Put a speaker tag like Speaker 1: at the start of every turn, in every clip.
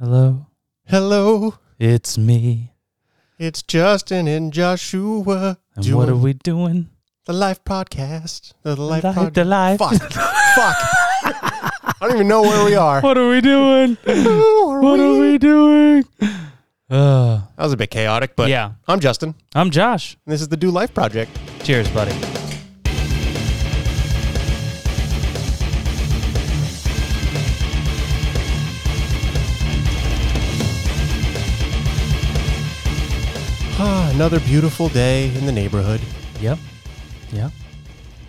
Speaker 1: Hello,
Speaker 2: Hello,
Speaker 1: it's me.
Speaker 2: it's Justin and Joshua
Speaker 1: And what are we doing?
Speaker 2: the Life Podcast. The, the Life
Speaker 1: Life
Speaker 2: Podcast.
Speaker 1: the Life.
Speaker 2: Fuck. Fuck. I don't even know where we are.
Speaker 1: What are we doing?
Speaker 2: Who are
Speaker 1: what are
Speaker 2: we?
Speaker 1: we doing? Uh,
Speaker 2: That was a bit chaotic, but
Speaker 1: Yeah.
Speaker 2: I'm Justin,
Speaker 1: I'm Josh.
Speaker 2: and this is the Do Life Project.
Speaker 1: Cheers, buddy.
Speaker 2: Ah, another beautiful day in the neighborhood.
Speaker 1: Yep. Yeah.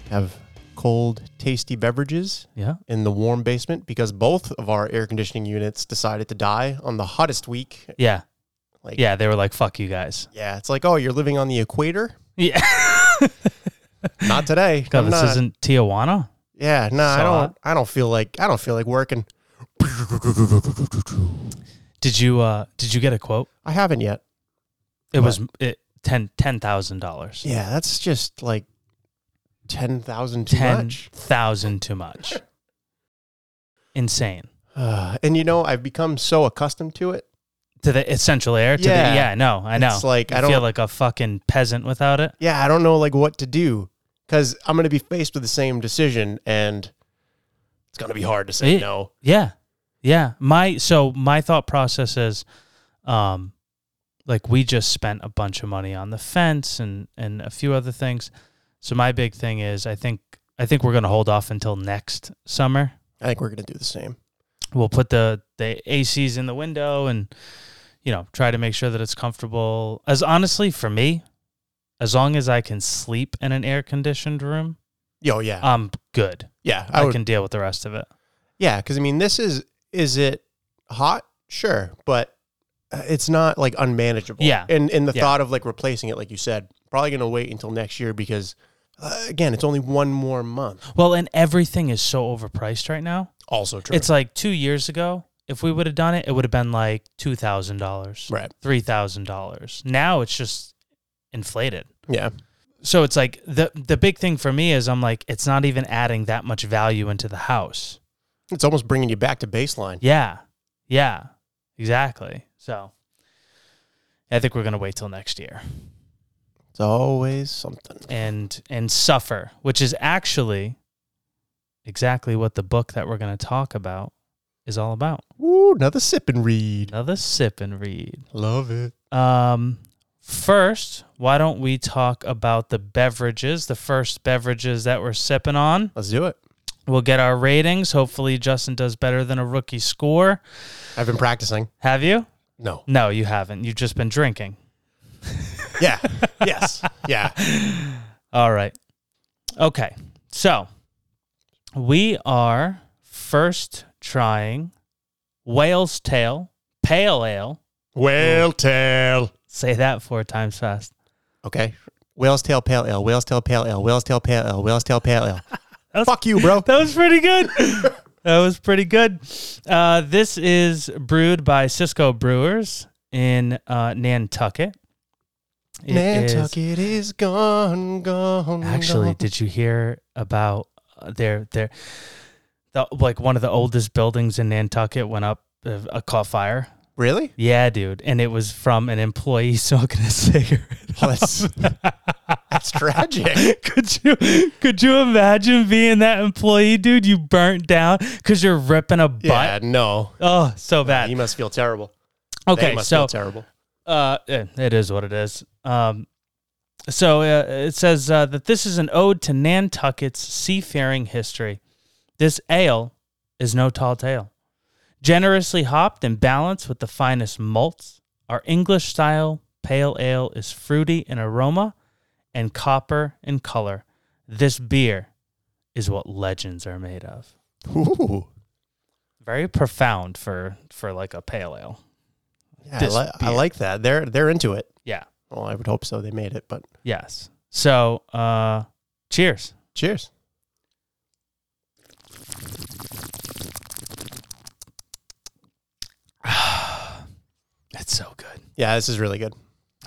Speaker 2: Have cold, tasty beverages
Speaker 1: Yeah.
Speaker 2: in the warm basement because both of our air conditioning units decided to die on the hottest week.
Speaker 1: Yeah.
Speaker 2: Like-
Speaker 1: yeah, they were like, fuck you guys.
Speaker 2: Yeah, it's like, oh, you're living on the equator?
Speaker 1: Yeah.
Speaker 2: Not today.
Speaker 1: God,
Speaker 2: I'm
Speaker 1: this
Speaker 2: not.
Speaker 1: isn't Tijuana.
Speaker 2: Yeah, no, I
Speaker 1: So
Speaker 2: don't.
Speaker 1: hot.
Speaker 2: I don't feel like I don't feel like working.
Speaker 1: Did you uh did you get a quote?
Speaker 2: I haven't yet.
Speaker 1: It
Speaker 2: What?
Speaker 1: was it ten ten thousand dollars.
Speaker 2: Yeah, that's just like ten thousand too
Speaker 1: Ten
Speaker 2: much.
Speaker 1: thousand too much. Insane.
Speaker 2: Uh, and you know, I've become so accustomed to it.
Speaker 1: To the essential air. To
Speaker 2: Yeah.
Speaker 1: the yeah, I know, I know.
Speaker 2: It's like
Speaker 1: You
Speaker 2: I don't.
Speaker 1: feel like a fucking peasant without it.
Speaker 2: yeah, I don't know like what to do because I'm gonna be faced with the same decision, and it's gonna be hard to say
Speaker 1: Yeah.
Speaker 2: no.
Speaker 1: Yeah. Yeah. My so my thought process is um like we just spent a bunch of money on the fence and and a few other things. So my big thing is I think I think we're going to hold off until next summer.
Speaker 2: I think we're gonna do the same.
Speaker 1: We'll put the the ACs in the window and you know, try to make sure that it's comfortable. As honestly for me, as long as I can sleep in an air conditioned room,
Speaker 2: Yo, yeah,
Speaker 1: I'm good.
Speaker 2: yeah.
Speaker 1: Uh,
Speaker 2: I,
Speaker 1: I,
Speaker 2: would,
Speaker 1: can deal with the rest of it.
Speaker 2: Yeah, because I mean, this is is it hot? Sure, but uh, it's not like unmanageable.
Speaker 1: Yeah.
Speaker 2: and and the
Speaker 1: Yeah.
Speaker 2: thought of like replacing it, like you said, probably gonna wait until next year because uh, again, it's only one more month.
Speaker 1: Well, and everything is so overpriced right now.
Speaker 2: Also true.
Speaker 1: It's like two years ago. If we would have done it, it would have been like two thousand dollars,
Speaker 2: right.
Speaker 1: three thousand dollars. Now it's just inflated.
Speaker 2: Yeah,
Speaker 1: So it's like the the big thing for me is I'm like it's not even adding that much value into the house.
Speaker 2: it's almost bringing you back to baseline.
Speaker 1: Yeah, yeah, exactly. So I think we're gonna wait till next year
Speaker 2: It's always something.
Speaker 1: and and suffer, which is actually exactly what the book that we're gonna talk about is all about.
Speaker 2: Woo, another sip and read.
Speaker 1: Another sip and read.
Speaker 2: Love it.
Speaker 1: Um, first, why don't we talk about the beverages, the first beverages that we're sipping on?
Speaker 2: Let's do it.
Speaker 1: We'll get our ratings. Hopefully, Justin does better than a rookie score.
Speaker 2: I've been practicing.
Speaker 1: Have you?
Speaker 2: No.
Speaker 1: No, you haven't. You've just been drinking.
Speaker 2: Yeah. yes. Yeah.
Speaker 1: All right. Okay. So we are first trying Whale's Tail Pale Ale.
Speaker 2: Whale tail.
Speaker 1: Say that four times fast.
Speaker 2: Okay. Whale's tail pale ale. Whale's tail pale ale. Whale's tail pale ale. Whale's tail pale ale.
Speaker 1: That's-
Speaker 2: Fuck you, bro.
Speaker 1: That was pretty good. that was pretty good. Uh, this is brewed by Cisco Brewers in uh, Nantucket. It is-
Speaker 2: Nantucket is gone, gone.
Speaker 1: actually,
Speaker 2: gone.
Speaker 1: did you hear about uh, their their the, like one of the oldest buildings in Nantucket went up uh, uh, caught fire?
Speaker 2: really?
Speaker 1: Yeah, dude, and it was from an employee smoking a cigarette.
Speaker 2: Oh, that's, that's tragic.
Speaker 1: could you could you imagine being that employee, dude? You burnt down because you're ripping a butt.
Speaker 2: yeah, no.
Speaker 1: Oh, so bad.
Speaker 2: You must feel terrible. They
Speaker 1: Okay,
Speaker 2: must
Speaker 1: so
Speaker 2: feel terrible.
Speaker 1: uh, eh, it is what it is. Um, so uh, it says uh, that this is an ode to Nantucket's seafaring history. This ale is no tall tale. Generously hopped and balanced with the finest malts, our English style pale ale is fruity in aroma and copper in color. This beer is what legends are made of.
Speaker 2: Ooh.
Speaker 1: Very profound for for like a pale ale.
Speaker 2: Yeah, I,
Speaker 1: This
Speaker 2: li- I
Speaker 1: beer.
Speaker 2: like that. They're they're into it.
Speaker 1: Yeah.
Speaker 2: Well, I would hope so. They made it, but
Speaker 1: Yes. So, uh, cheers.
Speaker 2: cheers.
Speaker 1: That's so good.
Speaker 2: Yeah, this is really good.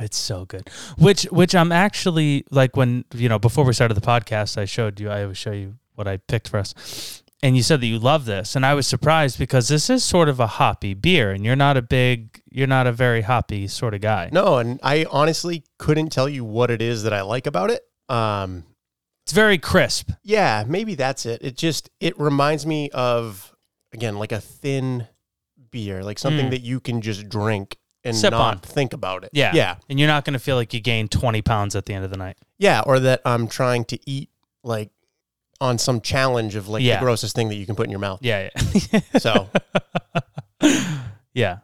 Speaker 1: It's so good. Which, which I'm actually like when you know before we started the podcast, I showed you. I always show you what I picked for us. and you said that you love this, and I was surprised because this is sort of a hoppy beer, and you're not a big, you're not a very hoppy sort of guy.
Speaker 2: No, and I honestly couldn't tell you what it is that I like about it. Um,
Speaker 1: It's very crisp.
Speaker 2: yeah, maybe that's it. It just it reminds me of again like a thin beer, like something
Speaker 1: Mm.
Speaker 2: that you can just drink and
Speaker 1: Sip
Speaker 2: not
Speaker 1: on.
Speaker 2: think about it.
Speaker 1: Yeah.
Speaker 2: yeah,
Speaker 1: And you're not going to feel like you gained 20 pounds at the end of the night.
Speaker 2: yeah, or that I'm trying to eat like on some challenge of like
Speaker 1: Yeah.
Speaker 2: the grossest thing that you can put in your mouth.
Speaker 1: Yeah. Yeah.
Speaker 2: So
Speaker 1: yeah.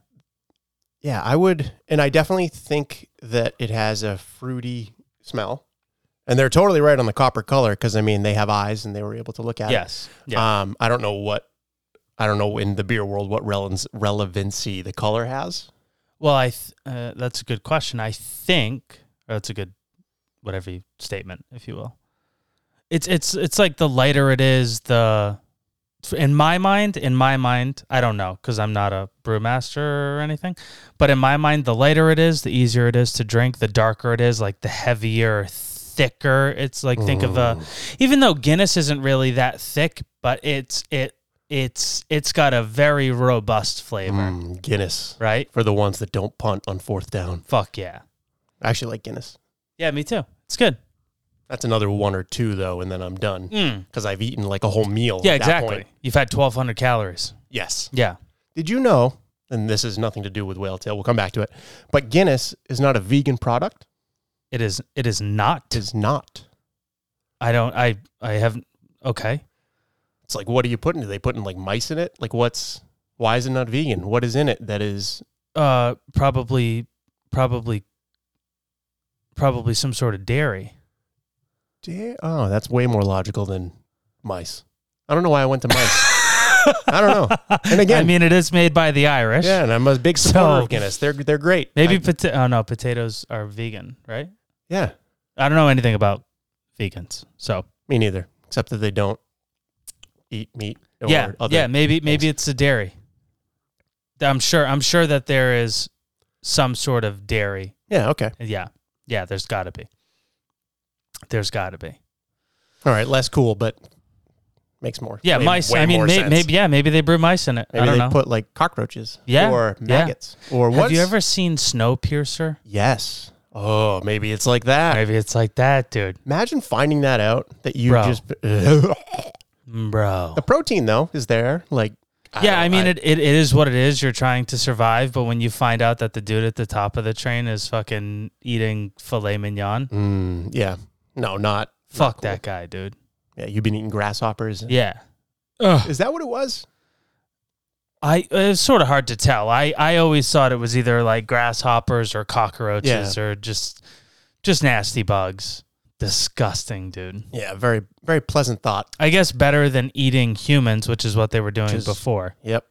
Speaker 2: yeah, I would, and I definitely think that it has a fruity smell. And they're totally right on the copper color because I mean they have eyes and they were able to look at it.
Speaker 1: Yes. Yeah.
Speaker 2: Um, I don't know what, I don't know in the beer world what relevance, relevancy the color has.
Speaker 1: well, I, th- uh, that's a good question. I think, or that's a good, whatever you, statement, if you will. It's, it's, it's like the lighter it is, the, in my mind, in my mind, I don't know because I'm not a brewmaster or anything, but in my mind, the lighter it is, the easier it is to drink, the darker it is, like the heavier, thicker. It's like, think of a, even though Guinness isn't really that thick, but it's it it's it's got a very robust flavor,
Speaker 2: Mm, Guinness
Speaker 1: right?
Speaker 2: for the ones that don't punt on fourth down.
Speaker 1: Fuck yeah,
Speaker 2: I actually like Guinness.
Speaker 1: yeah, me too. It's good.
Speaker 2: That's another one or two though, and then I'm done
Speaker 1: Mm.
Speaker 2: because I've eaten like a whole meal.
Speaker 1: Yeah,
Speaker 2: at Hmm. that
Speaker 1: exactly.
Speaker 2: point.
Speaker 1: You've had twelve hundred calories.
Speaker 2: Yes.
Speaker 1: Yeah,
Speaker 2: Did you know? And this has nothing to do with whale tail. We'll come back to it. But Guinness is not a vegan product.
Speaker 1: it is. It is not.
Speaker 2: It is not.
Speaker 1: I don't. I I haven't. Okay.
Speaker 2: It's like, what are you putting? Do they put in like mice in it? Like, what's why is it not vegan? What is in it that is
Speaker 1: Uh, probably, probably, probably some sort of dairy.
Speaker 2: Da- Oh, that's way more logical than mice. I don't know why I went to mice. I don't know. And again,
Speaker 1: I mean, it is made by the Irish.
Speaker 2: yeah, and I'm a big supporter
Speaker 1: So-
Speaker 2: of Guinness. They're they're great.
Speaker 1: Maybe
Speaker 2: I-
Speaker 1: pota- oh no, potatoes are vegan, right?
Speaker 2: yeah,
Speaker 1: I don't know anything about vegans, so
Speaker 2: me neither. Except that they don't eat meat. Or
Speaker 1: yeah,
Speaker 2: other.
Speaker 1: yeah. Maybe maybe it's the dairy. I'm sure. I'm sure that there is some sort of dairy.
Speaker 2: yeah. Okay.
Speaker 1: Yeah, yeah. There's got to be. There's got to be.
Speaker 2: All right. Less cool, but makes more.
Speaker 1: Yeah,
Speaker 2: way-
Speaker 1: mice.
Speaker 2: way
Speaker 1: I mean,
Speaker 2: more
Speaker 1: may,
Speaker 2: sense.
Speaker 1: maybe yeah, maybe they brew mice in it.
Speaker 2: Maybe
Speaker 1: I don't
Speaker 2: they
Speaker 1: know.
Speaker 2: put like cockroaches.
Speaker 1: Yeah,
Speaker 2: Or
Speaker 1: yeah.
Speaker 2: maggots. Or what?
Speaker 1: Have you ever seen Snowpiercer?
Speaker 2: Yes. Oh, maybe it's like that.
Speaker 1: Maybe it's like that, dude,
Speaker 2: Imagine finding that out that you
Speaker 1: Bro.
Speaker 2: just.
Speaker 1: Mm, bro.
Speaker 2: The protein though is there. Like.
Speaker 1: yeah, I
Speaker 2: don't-
Speaker 1: mean, it, it, it is what it is. You're trying to survive, but when you find out that the dude at the top of the train is fucking eating filet mignon,
Speaker 2: Mm, yeah. No, not.
Speaker 1: fuck
Speaker 2: cool.
Speaker 1: that guy, dude.
Speaker 2: Yeah, you've been eating grasshoppers.
Speaker 1: Yeah. Ugh.
Speaker 2: Is that what it was?
Speaker 1: I it's sort of hard to tell. I, I always thought it was either like grasshoppers or cockroaches or just just nasty bugs. Disgusting, dude.
Speaker 2: Yeah, very, very pleasant thought.
Speaker 1: I guess better than eating humans, which is what they were doing
Speaker 2: Which is-
Speaker 1: before.
Speaker 2: Yep.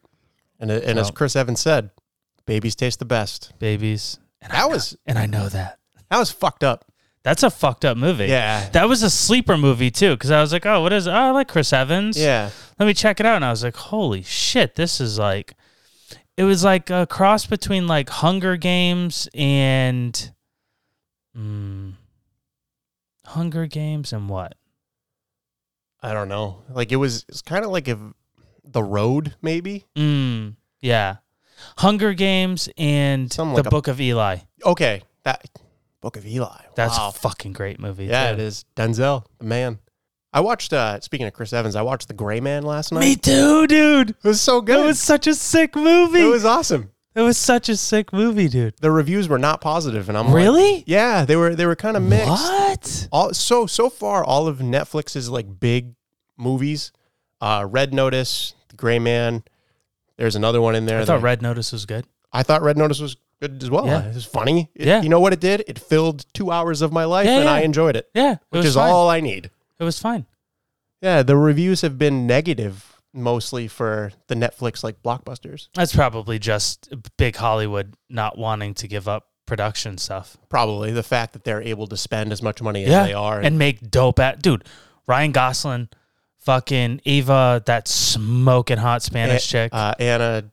Speaker 2: And uh, and as
Speaker 1: Well-
Speaker 2: Chris Evans said, babies taste the best.
Speaker 1: Babies. And I
Speaker 2: That
Speaker 1: know-
Speaker 2: was
Speaker 1: and I know that.
Speaker 2: that was fucked up.
Speaker 1: That's a fucked up movie.
Speaker 2: Yeah.
Speaker 1: That was a sleeper movie too, because I was like, oh, what is? Oh, I like Chris Evans.
Speaker 2: Yeah.
Speaker 1: Let me check it out, and I was like, holy shit, this is like, it was like a cross between like Hunger Games and, mm, Hunger Games and what?
Speaker 2: I don't know. Like it was it's kind of like if the road maybe.
Speaker 1: Mm, yeah, Hunger Games and
Speaker 2: Something
Speaker 1: the
Speaker 2: like a-
Speaker 1: Book of Eli.
Speaker 2: Okay, that Book of Eli.
Speaker 1: That's
Speaker 2: Wow.
Speaker 1: a fucking great movie.
Speaker 2: yeah,
Speaker 1: too.
Speaker 2: it is. Denzel, the man. I watched uh speaking of Chris Evans, I watched The Gray Man last night.
Speaker 1: Me too, dude.
Speaker 2: It was so good.
Speaker 1: That was such a sick movie.
Speaker 2: it was awesome.
Speaker 1: such a sick movie, dude.
Speaker 2: The reviews were not positive and I'm like,
Speaker 1: Really?
Speaker 2: Yeah, they were they were kind of mixed.
Speaker 1: What?
Speaker 2: All so so far, all of Netflix's like big movies, uh, Red Notice, The Gray Man. There's another one in there.
Speaker 1: I thought
Speaker 2: that-
Speaker 1: Red Notice was good.
Speaker 2: I thought Red Notice was good as well.
Speaker 1: Yeah.
Speaker 2: It was funny. It-
Speaker 1: Yeah.
Speaker 2: you know what it did? It filled two hours of my life,
Speaker 1: Yeah,
Speaker 2: and
Speaker 1: yeah.
Speaker 2: I enjoyed it,
Speaker 1: Yeah, it
Speaker 2: which
Speaker 1: was
Speaker 2: is
Speaker 1: fine.
Speaker 2: all I need.
Speaker 1: It was fine.
Speaker 2: Yeah, the reviews have been negative mostly for the Netflix like blockbusters.
Speaker 1: That's probably just big Hollywood not wanting to give up production stuff.
Speaker 2: Probably the fact that they're able to spend as much money as
Speaker 1: Yeah,
Speaker 2: they are.
Speaker 1: and make dope at dude. Ryan Gosling, fucking Eva, that smoking hot Spanish chick,
Speaker 2: uh, Anna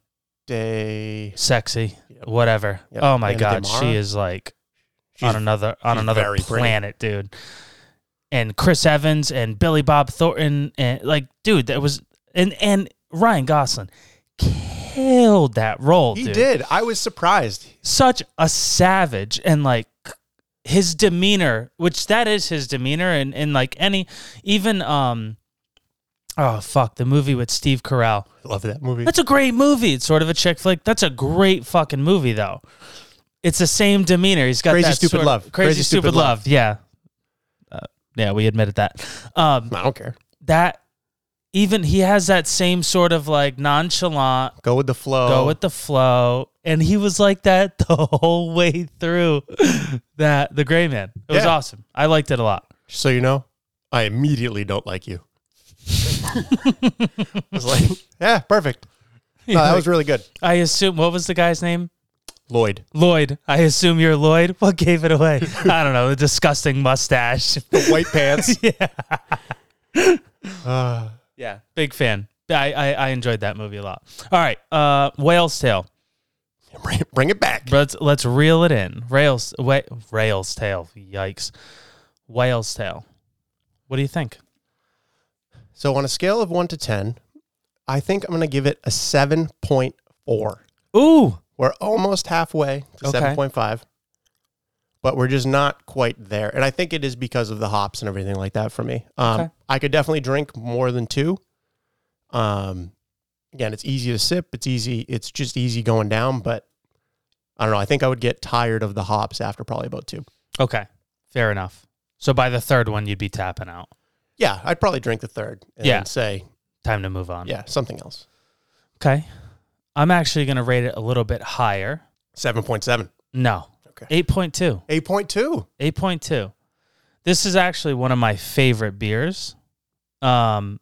Speaker 2: De.
Speaker 1: sexy,
Speaker 2: Yep.
Speaker 1: whatever.
Speaker 2: Yep.
Speaker 1: Oh my
Speaker 2: Ana de
Speaker 1: god,
Speaker 2: Mara?
Speaker 1: she is like
Speaker 2: She's
Speaker 1: on another on
Speaker 2: she's
Speaker 1: another
Speaker 2: very pretty.
Speaker 1: planet, dude. And Chris Evans and Billy Bob Thornton and like, dude, that was and and Ryan Gosling killed that role.
Speaker 2: He
Speaker 1: dude.
Speaker 2: did. I was surprised.
Speaker 1: such a savage and like his demeanor, which that is his demeanor, and and like any even um. Oh fuck! The movie with Steve Carell.
Speaker 2: Love that movie.
Speaker 1: That's a great movie. It's sort of a chick flick. That's a great fucking movie though. It's the same demeanor. He's got
Speaker 2: Crazy
Speaker 1: that
Speaker 2: Stupid
Speaker 1: sort of-
Speaker 2: Love.
Speaker 1: Crazy, stupid, love. Yeah, uh, yeah. We admitted that. Um,
Speaker 2: I don't care.
Speaker 1: that even he has that same sort of like nonchalant
Speaker 2: Go with the flow.
Speaker 1: go with the flow. And he was like that the whole way through that the gray man. It was
Speaker 2: Yeah.
Speaker 1: awesome. I liked it a lot.
Speaker 2: so you know, I immediately don't like you. I was like, yeah, perfect. No, that was really good.
Speaker 1: I assume what was the guy's name?
Speaker 2: Lloyd.
Speaker 1: Lloyd. I assume you're Lloyd. What gave it away? I don't know. The disgusting mustache.
Speaker 2: The white pants.
Speaker 1: yeah.
Speaker 2: Uh,
Speaker 1: Yeah. Big fan. I, I, I enjoyed that movie a lot. All right. Uh Whale's Tale.
Speaker 2: bring, bring it back.
Speaker 1: Let's let's reel it in. Rails wa- Rails Tale. Yikes. Whale's Tale. What do you think?
Speaker 2: So on a scale of one to ten, I think I'm gonna give it a seven point four.
Speaker 1: Ooh.
Speaker 2: We're almost halfway to
Speaker 1: Okay.
Speaker 2: seven point five. But we're just not quite there. And I think it is because of the hops and everything like that for me. Um,
Speaker 1: Okay.
Speaker 2: I could definitely drink more than two. Um, again, it's easy to sip. It's easy. It's just easy going down. But I don't know. I think I would get tired of the hops after probably about two.
Speaker 1: Okay, fair enough. So by the third one, you'd be tapping out.
Speaker 2: Yeah, I'd probably drink the third and
Speaker 1: Yeah.
Speaker 2: say,
Speaker 1: Time to move on.
Speaker 2: yeah, something else.
Speaker 1: Okay. I'm actually going to rate it a little bit higher.
Speaker 2: 7.7.
Speaker 1: No.
Speaker 2: Okay.
Speaker 1: 8.2.
Speaker 2: 8.2.
Speaker 1: 8.2. This is actually one of my favorite beers. Um,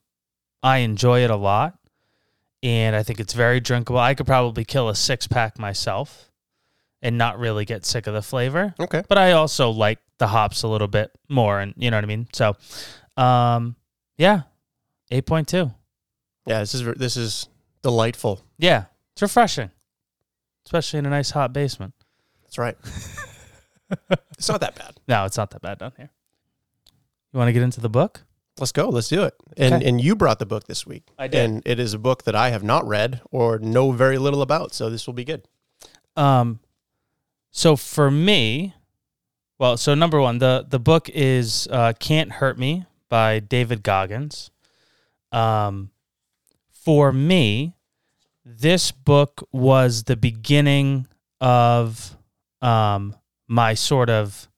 Speaker 1: I enjoy it a lot, and I think it's very drinkable. I could probably kill a six pack myself, and not really get sick of the flavor.
Speaker 2: Okay.
Speaker 1: but I also like the hops a little bit more, and you know what I mean. So, um, yeah, eight point two.
Speaker 2: Yeah, this is this is delightful.
Speaker 1: Yeah, it's refreshing, especially in a nice hot basement.
Speaker 2: That's right. it's not that bad.
Speaker 1: No, it's not that bad down here. You want to get into the book?
Speaker 2: Let's go. Let's do it. And
Speaker 1: Okay.
Speaker 2: and you brought the book this week.
Speaker 1: I did.
Speaker 2: And it is a book that I have not read or know very little about, so this will be good.
Speaker 1: Um, so for me, well, so number one, the the book is uh, "Can't Hurt Me" by David Goggins. Um, for me, this book was the beginning of um my sort of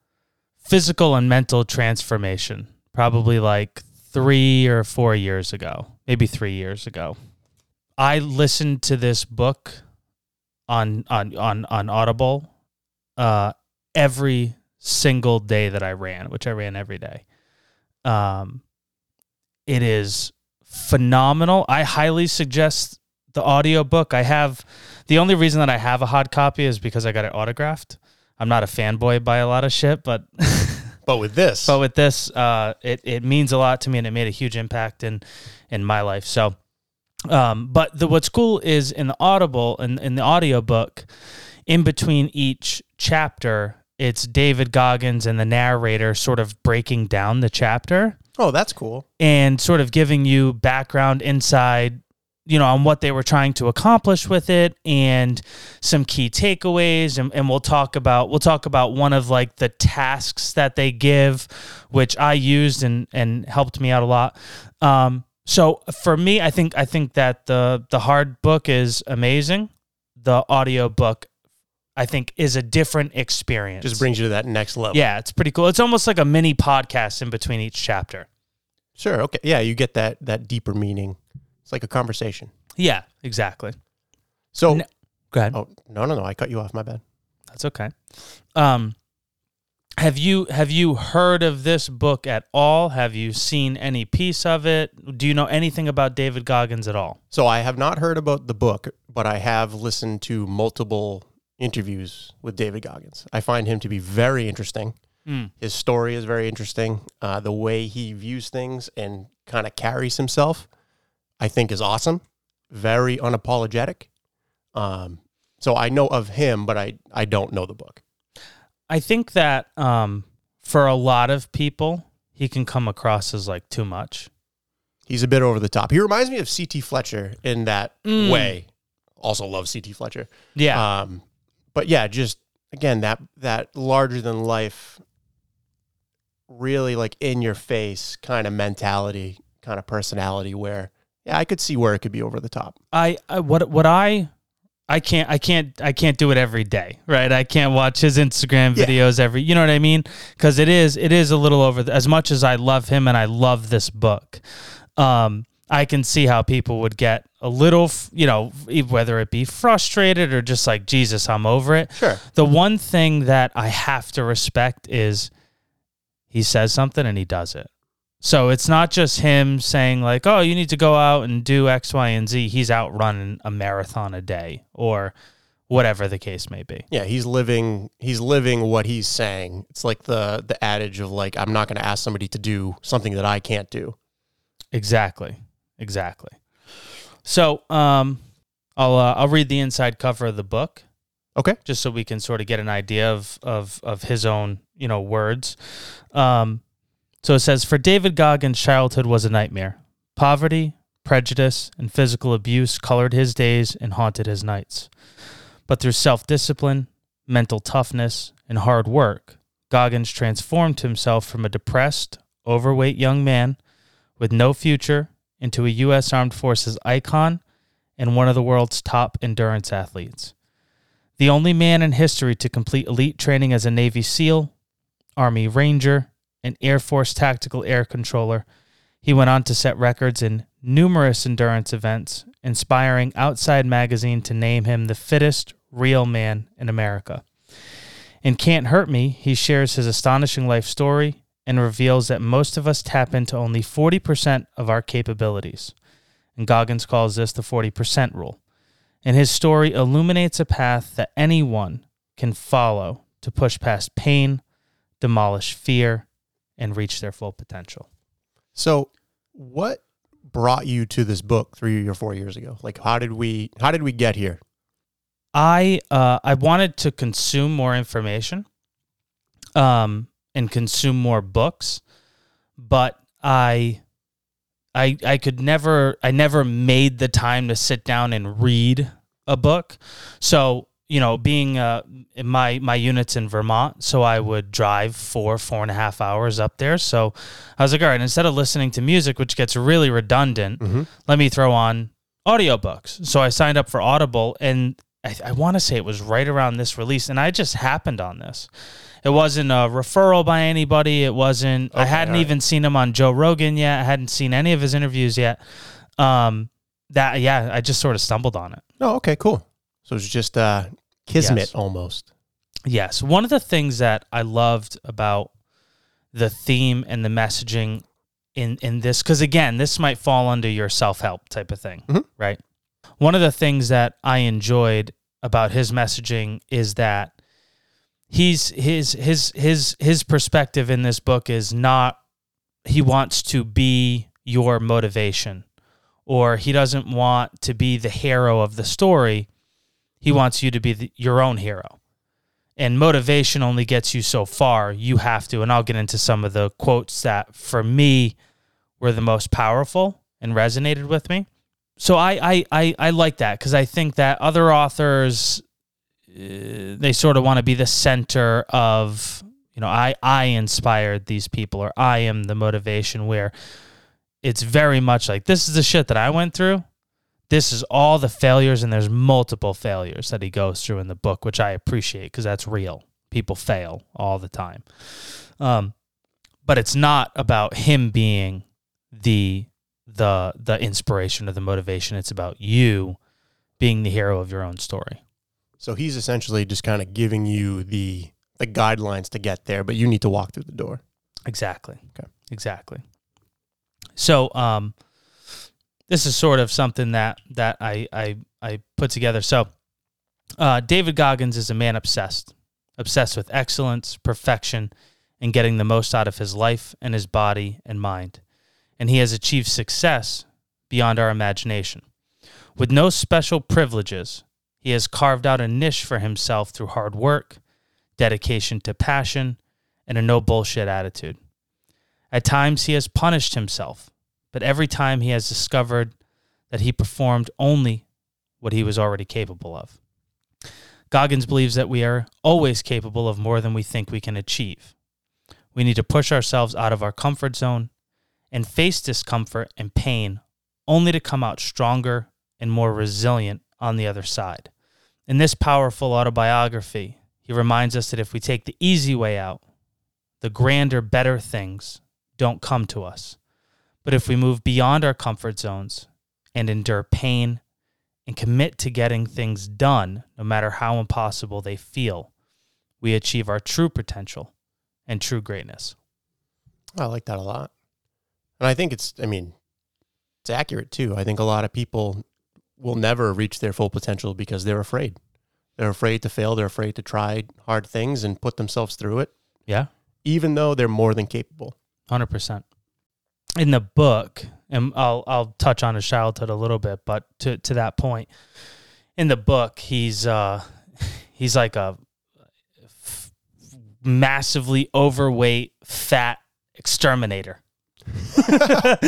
Speaker 1: physical and mental transformation. Probably like three or four years ago, maybe three years ago. I listened to this book on on on on Audible uh every single day that I ran, which I ran every day. Um it is phenomenal. I highly suggest the audiobook. I have the only reason that I have a hard copy is because I got it autographed. I'm not a fanboy by a lot of shit, but
Speaker 2: But with this,
Speaker 1: but with this, uh, it it means a lot to me, and it made a huge impact in in my life. So, um, but the what's cool is in the Audible and in, the audiobook, in between each chapter, it's David Goggins and the narrator sort of breaking down the chapter
Speaker 2: oh, that's cool.
Speaker 1: and sort of giving you background inside you know on what they were trying to accomplish with it and some key takeaways and, and we'll talk about we'll talk about one of like the tasks that they give which i used and and helped me out a lot um so for me i think i think that the the hard book is amazing the audio book i think is a different experience
Speaker 2: Just brings you to that next level.
Speaker 1: yeah it's pretty cool it's almost like a mini podcast in between each chapter
Speaker 2: Sure. Okay. Yeah, you get that that deeper meaning. It's like a conversation.
Speaker 1: yeah exactly
Speaker 2: So
Speaker 1: No. go ahead
Speaker 2: Oh, no, no, no. I cut you off, my bad.
Speaker 1: That's okay. Um, have you have you heard of this book at all? Have you seen any piece of it? Do you know anything about David Goggins at all?
Speaker 2: So I have not heard about the book, but I have listened to multiple interviews with David Goggins. I find him to be very interesting.
Speaker 1: Mm.
Speaker 2: His story is very interesting. Uh, the way he views things and kind of carries himself, I think, is awesome. Very unapologetic. Um, so I know of him, but I, I don't know the book.
Speaker 1: I think that um, for a lot of people, he can come across as like too much.
Speaker 2: He's a bit over the top. He reminds me of C.T. Fletcher in that
Speaker 1: Mm.
Speaker 2: way. Also love C.T. Fletcher.
Speaker 1: Yeah.
Speaker 2: Um, but yeah, just again that that larger than life, really like in your face kind of mentality, kind of personality. Where yeah, I could see where it could be over the top.
Speaker 1: I, I what what I I can't I can't I can't do it every day, right? I can't watch his Instagram
Speaker 2: Yeah.
Speaker 1: videos every. You know what I mean? Cuz it is it is a little over the, as much as I love him and I love this book. Um I can see how people would get a little, f- you know, e- whether it be frustrated or just like Jesus, I'm over it.
Speaker 2: Sure.
Speaker 1: The one thing that I have to respect is he says something and he does it. So it's not just him saying like, "Oh, you need to go out and do X, Y, and Z." He's out running a marathon a day or whatever the case may be.
Speaker 2: Yeah, he's living he's living what he's saying. It's like the the adage of like I'm not going to ask somebody to do something that I can't do.
Speaker 1: Exactly. Exactly. So, um, I'll uh, I'll read the inside cover of the book.
Speaker 2: Okay.
Speaker 1: Just so we can sort of get an idea of of of his own you know words. Um, so it says for David Goggins, childhood was a nightmare. Poverty, prejudice, and physical abuse colored his days and haunted his nights. But through self discipline, mental toughness, and hard work, Goggins transformed himself from a depressed, overweight young man with no future into a U.S. Armed Forces icon and one of the world's top endurance athletes. The only man in history to complete elite training as a Navy SEAL, Army Ranger, and Air Force Tactical Air Controller, he went on to set records in numerous endurance events, inspiring Outside Magazine to name him the fittest real man in America. In Can't Hurt Me, he shares his astonishing life story and reveals that most of us tap into only 40% of our capabilities. And Goggins calls this the 40% rule. And his story illuminates a path that anyone can follow to push past pain, demolish fear, and reach their full potential.
Speaker 2: So, what brought you to this book 3 or 4 years ago? Like how did we how did we get here?
Speaker 1: I uh, I wanted to consume more information, um, and consume more books, but I, I I could never I never made the time to sit down and read a book. So you know, being uh, in my my units in Vermont, so I would drive four four and a half hours up there. So I was like, all right, instead of listening to music, which gets really redundant,
Speaker 2: Mhm.
Speaker 1: let me throw on audiobooks. So I signed up for Audible and I, I want to say it was right around this release and I just happened on this. It wasn't a referral by anybody. It wasn't, I
Speaker 2: Okay,
Speaker 1: hadn't
Speaker 2: all right.
Speaker 1: even seen him on Joe Rogan yet. I hadn't seen any of his interviews yet. Um, that, yeah, I just sort of stumbled on it.
Speaker 2: Oh, okay, cool. So it's just uh kismet
Speaker 1: Yes.
Speaker 2: almost.
Speaker 1: Yes. One of the things that I loved about the theme and the messaging in, in this, because again, this might fall under your self help type of thing,
Speaker 2: Mhm.
Speaker 1: right? One of the things that I enjoyed about his messaging is that he's his his his his perspective in this book is not he wants to be your motivation or he doesn't want to be the hero of the story he wants you to be the, your own hero and motivation only gets you so far. You have to, and I'll get into some of the quotes that for me were the most powerful and resonated with me. So I I I, I like that because I think that other authors uh, they sort of want to be the center of you know I I inspired these people or I am the motivation where it's very much like this is the shit that I went through this is all the failures and there's multiple failures that he goes through in the book which i appreciate because that's real people fail all the time um, but it's not about him being the the the inspiration or the motivation it's about you being the hero of your own story
Speaker 2: So he's essentially just kind of giving you the the guidelines to get there, but you need to walk through the door.
Speaker 1: Exactly.
Speaker 2: Okay.
Speaker 1: Exactly. So um this is sort of something that that I I I put together. So uh David Goggins is a man obsessed, obsessed with excellence, perfection, and getting the most out of his life and his body and mind. And he has achieved success beyond our imagination. With no special privileges, he has carved out a niche for himself through hard work, dedication to passion, and a no bullshit attitude. At times, he has punished himself, but every time he has discovered that he performed only what he was already capable of. Goggins believes that we are always capable of more than we think we can achieve. We need to push ourselves out of our comfort zone and face discomfort and pain only to come out stronger and more resilient on the other side. In this powerful autobiography, he reminds us that if we take the easy way out, the grander, better things don't come to us. But if we move beyond our comfort zones and endure pain and commit to getting things done, no matter how impossible they feel, we achieve our true potential and true greatness.
Speaker 2: I like that a lot. And I think it's, I mean, it's accurate too. I think a lot of people will never reach their full potential because they're afraid. They're afraid to fail. They're afraid to try hard things and put themselves through it,
Speaker 1: Yeah,
Speaker 2: even though they're more than capable.
Speaker 1: 100%. In the book, and I'll, I'll touch on his childhood a little bit, but to, to that point, in the book, he's, uh, he's like a f- massively overweight, fat exterminator.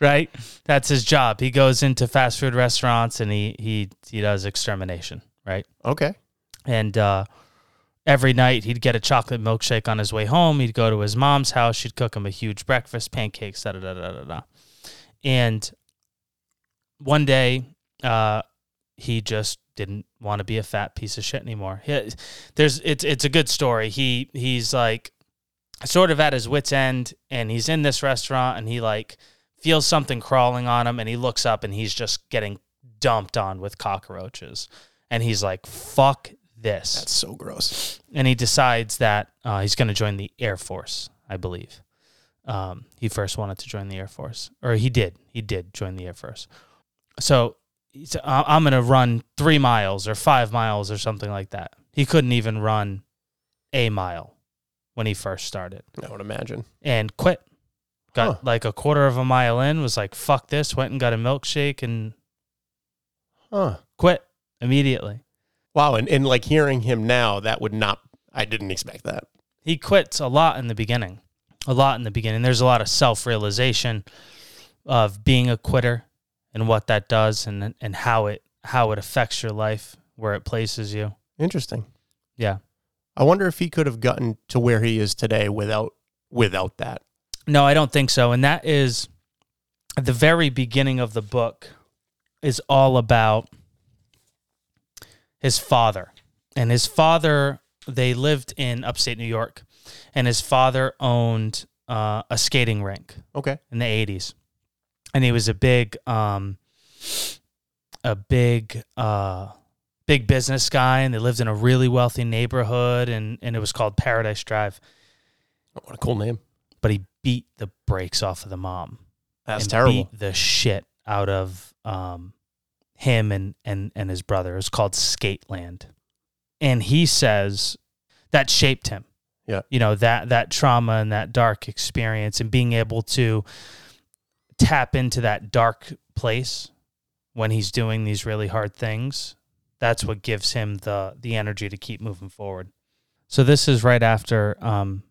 Speaker 1: right? That's his job. He goes into fast food restaurants and he he he does extermination, right?
Speaker 2: Okay.
Speaker 1: And uh every night he'd get a chocolate milkshake on his way home. He'd go to his mom's house, she'd cook him a huge breakfast, pancakes, da da da da da. da. And one day, uh he just didn't want to be a fat piece of shit anymore. He, there's it's it's a good story. He he's like sort of at his wits end and he's in this restaurant and he like feels something crawling on him and he looks up and he's just getting dumped on with cockroaches and he's like fuck this
Speaker 2: That's so gross.
Speaker 1: and he decides that uh, he's going to join the Air Force, I believe. Um, he first wanted to join the Air Force, or he did. He did join the Air Force. So he's, "I- I'm going to run three miles or five miles or something like that. He couldn't even run a mile when he first started
Speaker 2: I would imagine.
Speaker 1: and quit. Got
Speaker 2: Huh.
Speaker 1: like a quarter of a mile in, was like, fuck this, went and got a milkshake and
Speaker 2: Huh.
Speaker 1: quit immediately.
Speaker 2: Wow. And, and like hearing him now, that would not, I didn't expect that.
Speaker 1: he quits a lot in the beginning. A lot in the beginning. There's a lot of self realization of being a quitter and what that does and and how it how it affects your life, where it places you.
Speaker 2: Interesting.
Speaker 1: Yeah.
Speaker 2: I wonder if he could have gotten to where he is today without without that.
Speaker 1: No, I don't think so. And that is at the very beginning of the book is all about his father. And his father, they lived in upstate New York, and his father owned uh, a skating rink.
Speaker 2: Okay.
Speaker 1: in the eighties, and he was a big, um, a big, uh, big business guy, and they lived in a really wealthy neighborhood, and and it was called Paradise Drive.
Speaker 2: Oh, What a cool name.
Speaker 1: But he beat the brakes off of the mom.
Speaker 2: That's
Speaker 1: and
Speaker 2: terrible.
Speaker 1: Beat the shit out of um, him and and and his brother. It was called Skateland, and he says that shaped him.
Speaker 2: Yeah.
Speaker 1: you know that that trauma and that dark experience, and being able to tap into that dark place when he's doing these really hard things. That's what gives him the the energy to keep moving forward. So this is right after um,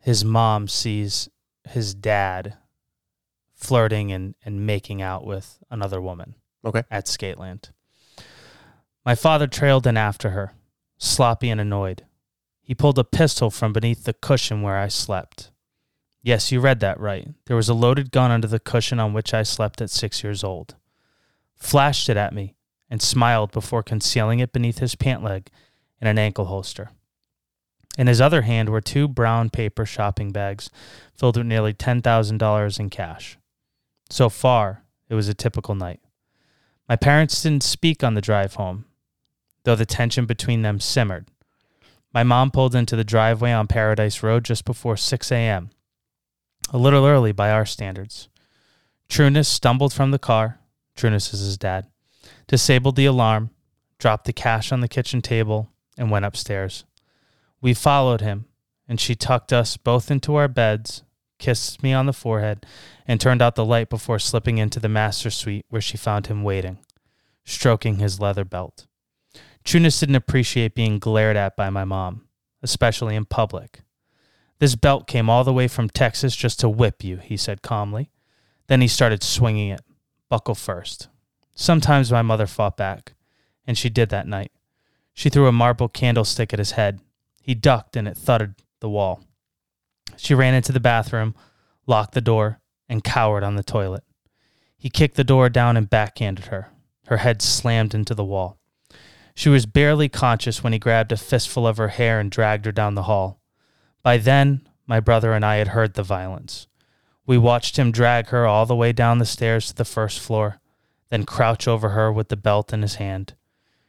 Speaker 1: his mom sees his dad flirting and, and making out with another woman.
Speaker 2: Okay.
Speaker 1: At Skateland. My father trailed in after her, sloppy and annoyed. He pulled a pistol from beneath the cushion where I slept. Yes, you read that right. There was a loaded gun under the cushion on which I slept at six years old. Flashed it at me and smiled before concealing it beneath his pant leg in an ankle holster. In his other hand were two brown paper shopping bags filled with nearly $10,000 in cash. So far, it was a typical night. My parents didn't speak on the drive home, though the tension between them simmered. My mom pulled into the driveway on Paradise Road just before 6 a.m., a little early by our standards. Trunis stumbled from the car, Trunis is his dad, disabled the alarm, dropped the cash on the kitchen table, and went upstairs. We followed him, and she tucked us both into our beds, kissed me on the forehead, and turned out the light before slipping into the master suite where she found him waiting, stroking his leather belt. Trunis didn't appreciate being glared at by my mom, especially in public. This belt came all the way from Texas just to whip you, he said calmly. Then he started swinging it, buckle first. Sometimes my mother fought back, and she did that night. She threw a marble candlestick at his head. He ducked, and it thudded the wall. She ran into the bathroom, locked the door, and cowered on the toilet. He kicked the door down and backhanded her. Her head slammed into the wall. She was barely conscious when he grabbed a fistful of her hair and dragged her down the hall. By then, my brother and I had heard the violence. We watched him drag her all the way down the stairs to the first floor, then crouch over her with the belt in his hand.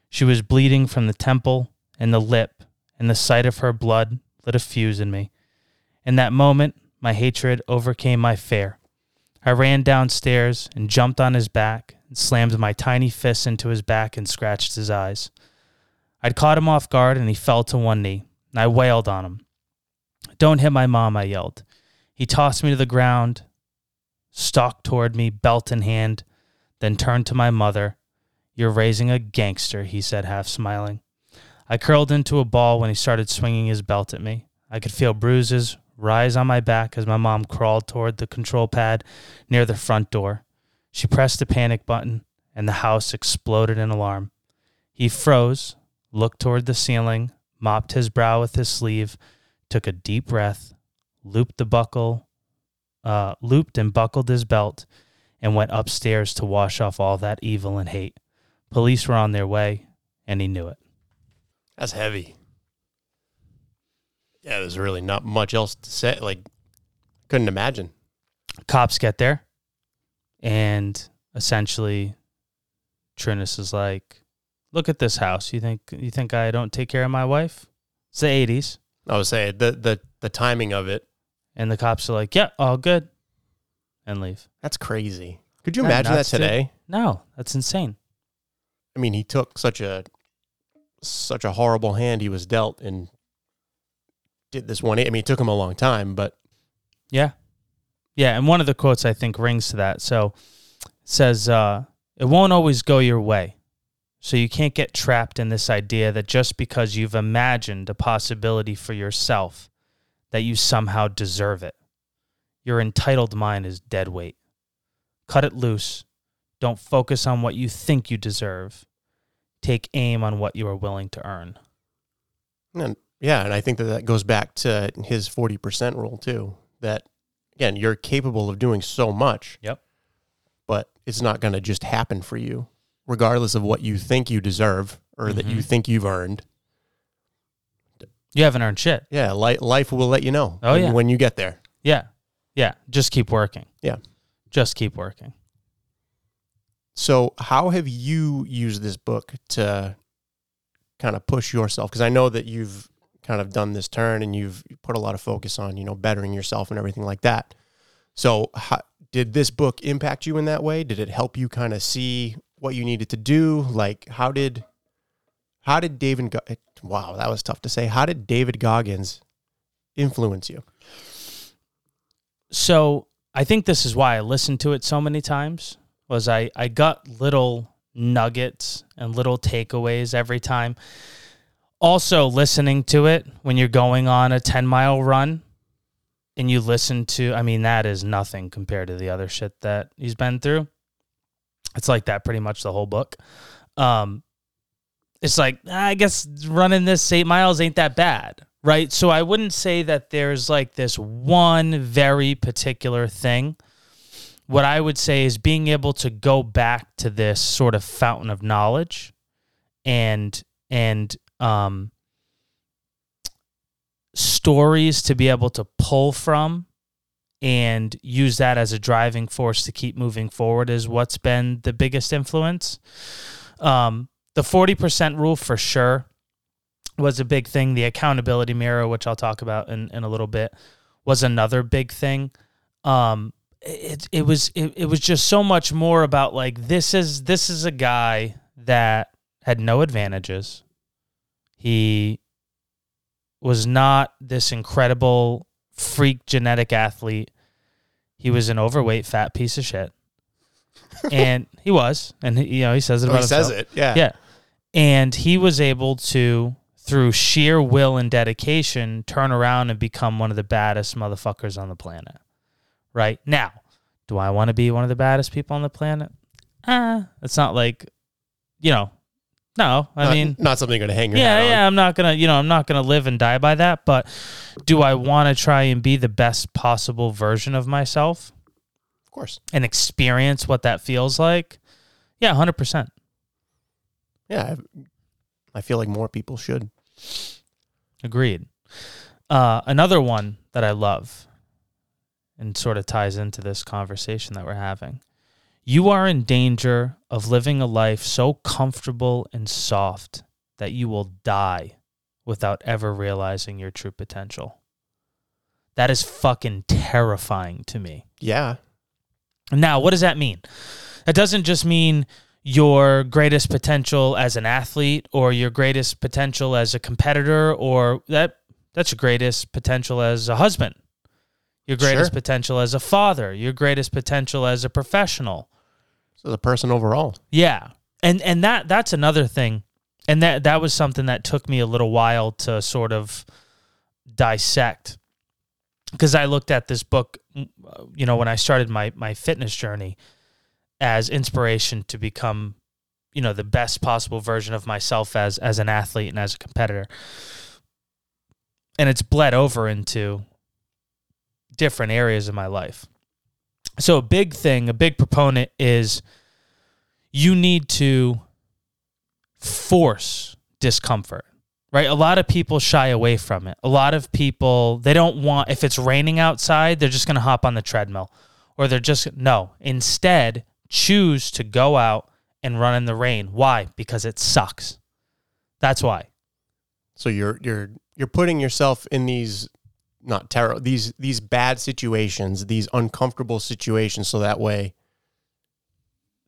Speaker 1: She was bleeding from the temple and the lip, and the sight of her blood lit a fuse in me. In that moment, my hatred overcame my fear. I ran downstairs and jumped on his back and slammed my tiny fists into his back and scratched his eyes. I'd caught him off guard and he fell to one knee, and I wailed on him. Don't hit my mom, I yelled. He tossed me to the ground, stalked toward me, belt in hand, then turned to my mother. You're raising a gangster, he said, half smiling. I curled into a ball when he started swinging his belt at me. I could feel bruises rise on my back as my mom crawled toward the control pad near the front door. She pressed the panic button, and the house exploded in alarm. He froze, looked toward the ceiling, mopped his brow with his sleeve, took a deep breath, looped the buckle, uh, looped and buckled his belt, and went upstairs to wash off all that evil and hate. Police were on their way, and he knew it.
Speaker 2: That's heavy. Yeah, there's really not much else to say. Like, couldn't imagine.
Speaker 1: cops get there and essentially Trinus is like, Look at this house. You think you think I don't take care of my wife? It's the eighties.
Speaker 2: I would say the the the timing of it.
Speaker 1: And the cops are like, Yeah, all good and leave.
Speaker 2: That's crazy. Could you
Speaker 1: Yeah,
Speaker 2: imagine that
Speaker 1: nuts, dude.
Speaker 2: today?
Speaker 1: No, that's insane.
Speaker 2: I mean, he took such a such a horrible hand he was dealt and did this one. I mean, it took him a long time, but
Speaker 1: Yeah. Yeah, and one of the quotes I think rings to that. So it says, uh, it won't always go your way. So you can't get trapped in this idea that just because you've imagined a possibility for yourself that you somehow deserve it. Your entitled mind is dead weight. Cut it loose. Don't focus on what you think you deserve. Take aim on what you are willing to earn.
Speaker 2: and, yeah, and I think that that goes back to his forty percent rule too. That again, you're capable of doing so much.
Speaker 1: Yep.
Speaker 2: but it's not going to just happen for you, regardless of what you think you deserve or that
Speaker 1: Mm-hmm.
Speaker 2: you think you've earned.
Speaker 1: You haven't earned shit.
Speaker 2: Yeah, li- life will let you know.
Speaker 1: Oh,
Speaker 2: when-
Speaker 1: yeah.
Speaker 2: when you get there.
Speaker 1: Yeah. Yeah. Just keep working.
Speaker 2: Yeah.
Speaker 1: Just keep working.
Speaker 2: So, how have you used this book to kind of push yourself? Because I know that you've kind of done this turn and you've put a lot of focus on you know bettering yourself and everything like that. So, how, did this book impact you in that way? Did it help you kind of see what you needed to do? Like, how did how did David? Go- wow, that was tough to say. How did David Goggins influence you?
Speaker 1: so I think this is why I listened to it so many times was I, I got little nuggets and little takeaways every time. Also listening to it when you're going on a 10 mile run and you listen to I mean that is nothing compared to the other shit that he's been through. It's like that pretty much the whole book. Um it's like "Ah, I guess running this 8 miles ain't that bad, right? So I wouldn't say that there's like this one very particular thing. What I would say is being able to go back to this sort of fountain of knowledge and and um stories to be able to pull from and use that as a driving force to keep moving forward is what's been the biggest influence. Um, the 40% rule for sure was a big thing. The accountability mirror, which I'll talk about in, in a little bit, was another big thing. Um, it, it was it, it was just so much more about like this is this is a guy that had no advantages. He was not this incredible freak genetic athlete. He was an overweight, fat piece of shit, and he was. And he, you know, he says it
Speaker 2: Oh,
Speaker 1: about
Speaker 2: he
Speaker 1: himself.
Speaker 2: says it. Yeah.
Speaker 1: Yeah. And he was able to, through sheer will and dedication, turn around and become one of the baddest motherfuckers on the planet. Right now, Do I want to be one of the baddest people on the planet? Uh, it's not like, you know, no. I
Speaker 2: Not-
Speaker 1: mean,
Speaker 2: not something you're gonna hang your
Speaker 1: yeah,
Speaker 2: hat on.
Speaker 1: yeah. I'm not gonna, you know, I'm not gonna live and die by that. But do I want to try and be the best possible version of myself
Speaker 2: Of course.
Speaker 1: and experience what that feels like? Yeah, hundred percent.
Speaker 2: Yeah, I, I feel like more people should.
Speaker 1: Agreed. Uh, another one that I love and sort of ties into this conversation that we're having. You are in danger of living a life so comfortable and soft that you will die without ever realizing your true potential. That is fucking terrifying to me.
Speaker 2: Yeah,
Speaker 1: Now, what does that mean? That doesn't just mean your greatest potential as an athlete or your greatest potential as a competitor or that that's your greatest potential as a husband. Your greatest
Speaker 2: Sure.
Speaker 1: potential as a father, your greatest potential as a professional.
Speaker 2: so the person overall.
Speaker 1: Yeah. And and that that's another thing. And that that was something that took me a little while to sort of dissect. Cuz I looked at this book mm, uh, you know when I started my my fitness journey as inspiration to become you know the best possible version of myself as as an athlete and as a competitor. And it's bled over into different areas of my life. So a big thing, a big proponent is you need to force discomfort right a lot of people shy away from it a lot of people they don't want if it's raining outside they're just going to hop on the treadmill or they're just no instead choose to go out and run in the rain why because it sucks that's why
Speaker 2: So you're you're you're putting yourself in these not terror these these bad situations, these uncomfortable situations, so that way.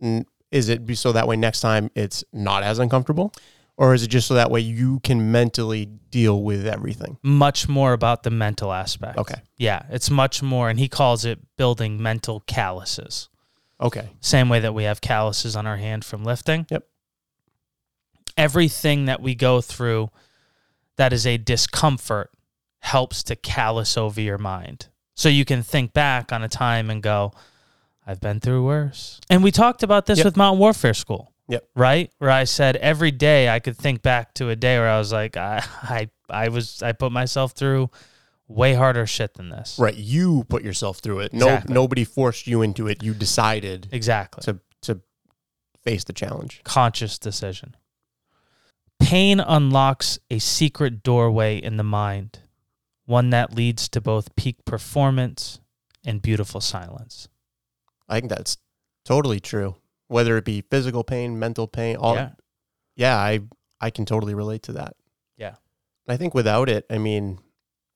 Speaker 2: N- is it be- so that way next time it's not as uncomfortable, or is it just so that way you can mentally deal with everything?
Speaker 1: much more about the mental aspect
Speaker 2: Okay.
Speaker 1: yeah it's much more and he calls it building mental calluses
Speaker 2: Okay.
Speaker 1: same way that we have calluses on our hand from lifting.
Speaker 2: Yep.
Speaker 1: Everything that we go through that is a discomfort helps to callus over your mind. So you can think back on a time and go, I've been through worse. And we talked about this
Speaker 2: Yep.
Speaker 1: with Mountain Warfare School.
Speaker 2: Yep.
Speaker 1: Right? Where I said every day I could think back to a day where I was like, I I, I was I put myself through way harder shit than this.
Speaker 2: Right. You put yourself through it. No,
Speaker 1: Exactly.
Speaker 2: nobody forced you into it. You decided
Speaker 1: Exactly.
Speaker 2: to to face the challenge.
Speaker 1: conscious decision. Pain unlocks a secret doorway in the mind, one that leads to both peak performance and beautiful silence.
Speaker 2: I think that's totally true. Whether it be physical pain, mental pain, all
Speaker 1: yeah.
Speaker 2: yeah, I I can totally relate to that.
Speaker 1: Yeah.
Speaker 2: I think without it, I mean,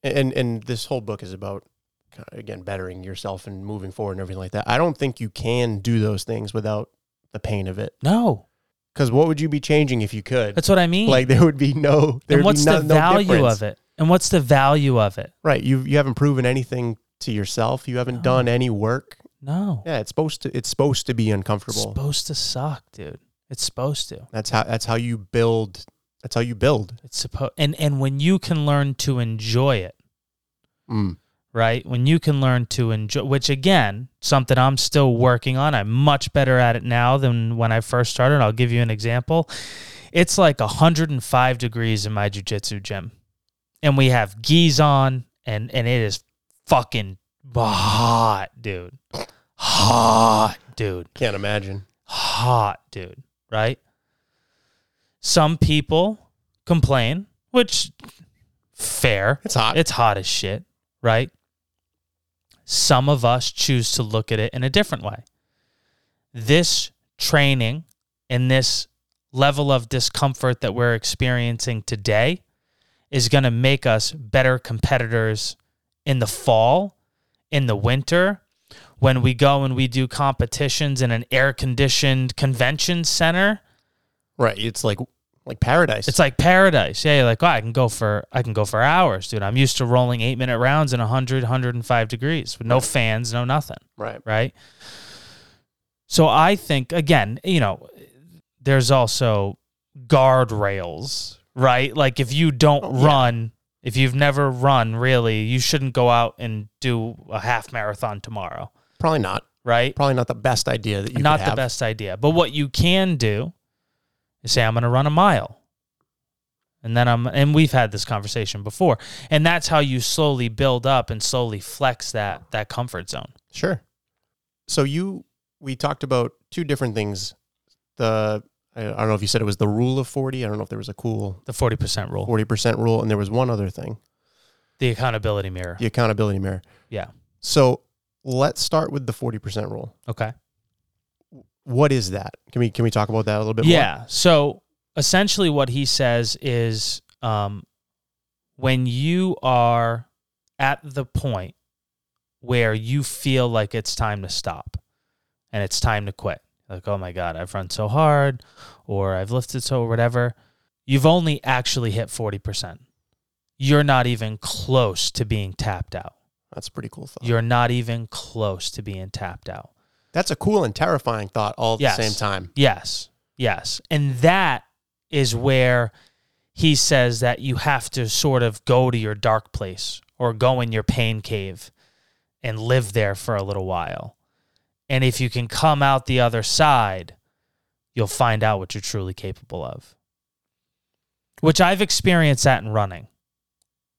Speaker 2: and and this whole book is about kind of, again bettering yourself and moving forward and everything like that. I don't think you can do those things without the pain of it.
Speaker 1: No,
Speaker 2: Because what would you be changing if you could?
Speaker 1: that's what I mean.
Speaker 2: like there would be no. There
Speaker 1: and
Speaker 2: would
Speaker 1: what's
Speaker 2: be no,
Speaker 1: the value
Speaker 2: no
Speaker 1: of it? And what's the value of it?
Speaker 2: Right. You you haven't proven anything to yourself. You haven't
Speaker 1: No.
Speaker 2: done any work.
Speaker 1: No.
Speaker 2: Yeah, it's supposed to it's supposed to be
Speaker 1: it's
Speaker 2: uncomfortable.
Speaker 1: supposed to suck, dude. It's supposed to.
Speaker 2: that's how that's how you build. That's how you build.
Speaker 1: It's supposed and and when you can learn to enjoy it,
Speaker 2: Mm.
Speaker 1: right? When you can learn to enjoy, which again, something I'm still working on. I'm much better at it now than when I first started. I'll give you an example. It's like 105 degrees in my jujitsu gym, and we have gis on, and and it is fucking hot, dude. Hot, dude.
Speaker 2: Can't imagine.
Speaker 1: Hot, dude. Right? Some people complain, which fair.
Speaker 2: It's hot.
Speaker 1: It's hot as shit, right? Some of us choose to look at it in a different way. This training and this level of discomfort that we're experiencing today is going to make us better competitors in the fall, in the winter, when we go and we do competitions in an air conditioned convention center.
Speaker 2: right. It's like like paradise.
Speaker 1: It's like paradise. Yeah, you're like, oh, I can go for I can go for hours, dude. I'm used to rolling 8-minute rounds in 100 105 degrees with no fans, no nothing,
Speaker 2: right.
Speaker 1: right? So I think again, you know, there's also guardrails, right? Like if you don't
Speaker 2: Oh, yeah.
Speaker 1: run, if you've never run really, you shouldn't go out and do a half marathon tomorrow,
Speaker 2: Probably not.
Speaker 1: right?
Speaker 2: Probably not the best idea that you
Speaker 1: Not
Speaker 2: could
Speaker 1: the
Speaker 2: have.
Speaker 1: best idea. But what you can do is say, I'm going to run a mile. And then I'm, and we've had this conversation before. And that's how you slowly build up and slowly flex that, that comfort zone.
Speaker 2: Sure. So you, we talked about two different things. The I I don't know if you said it was the rule of forty. I don't know if there was a cool
Speaker 1: The 40% rule,
Speaker 2: forty percent rule, and there was one other thing,
Speaker 1: the accountability mirror.
Speaker 2: the accountability mirror.
Speaker 1: Yeah.
Speaker 2: So let's start with the forty percent rule.
Speaker 1: Okay.
Speaker 2: What is that? Can we can we talk about that a little bit more?
Speaker 1: yeah. So essentially, what he says is um, when you are at the point where you feel like it's time to stop and it's time to quit, like, oh my God, I've run so hard or I've lifted so or whatever, you've only actually hit 40%. You're not even close to being tapped out.
Speaker 2: That's a pretty cool thought.
Speaker 1: You're not even close to being tapped out.
Speaker 2: That's a cool and terrifying thought all at
Speaker 1: Yes.
Speaker 2: the same time.
Speaker 1: Yes. Yes. And that is where he says that you have to sort of go to your dark place or go in your pain cave and live there for a little while. And if you can come out the other side, you'll find out what you're truly capable of. Which I've experienced that in running.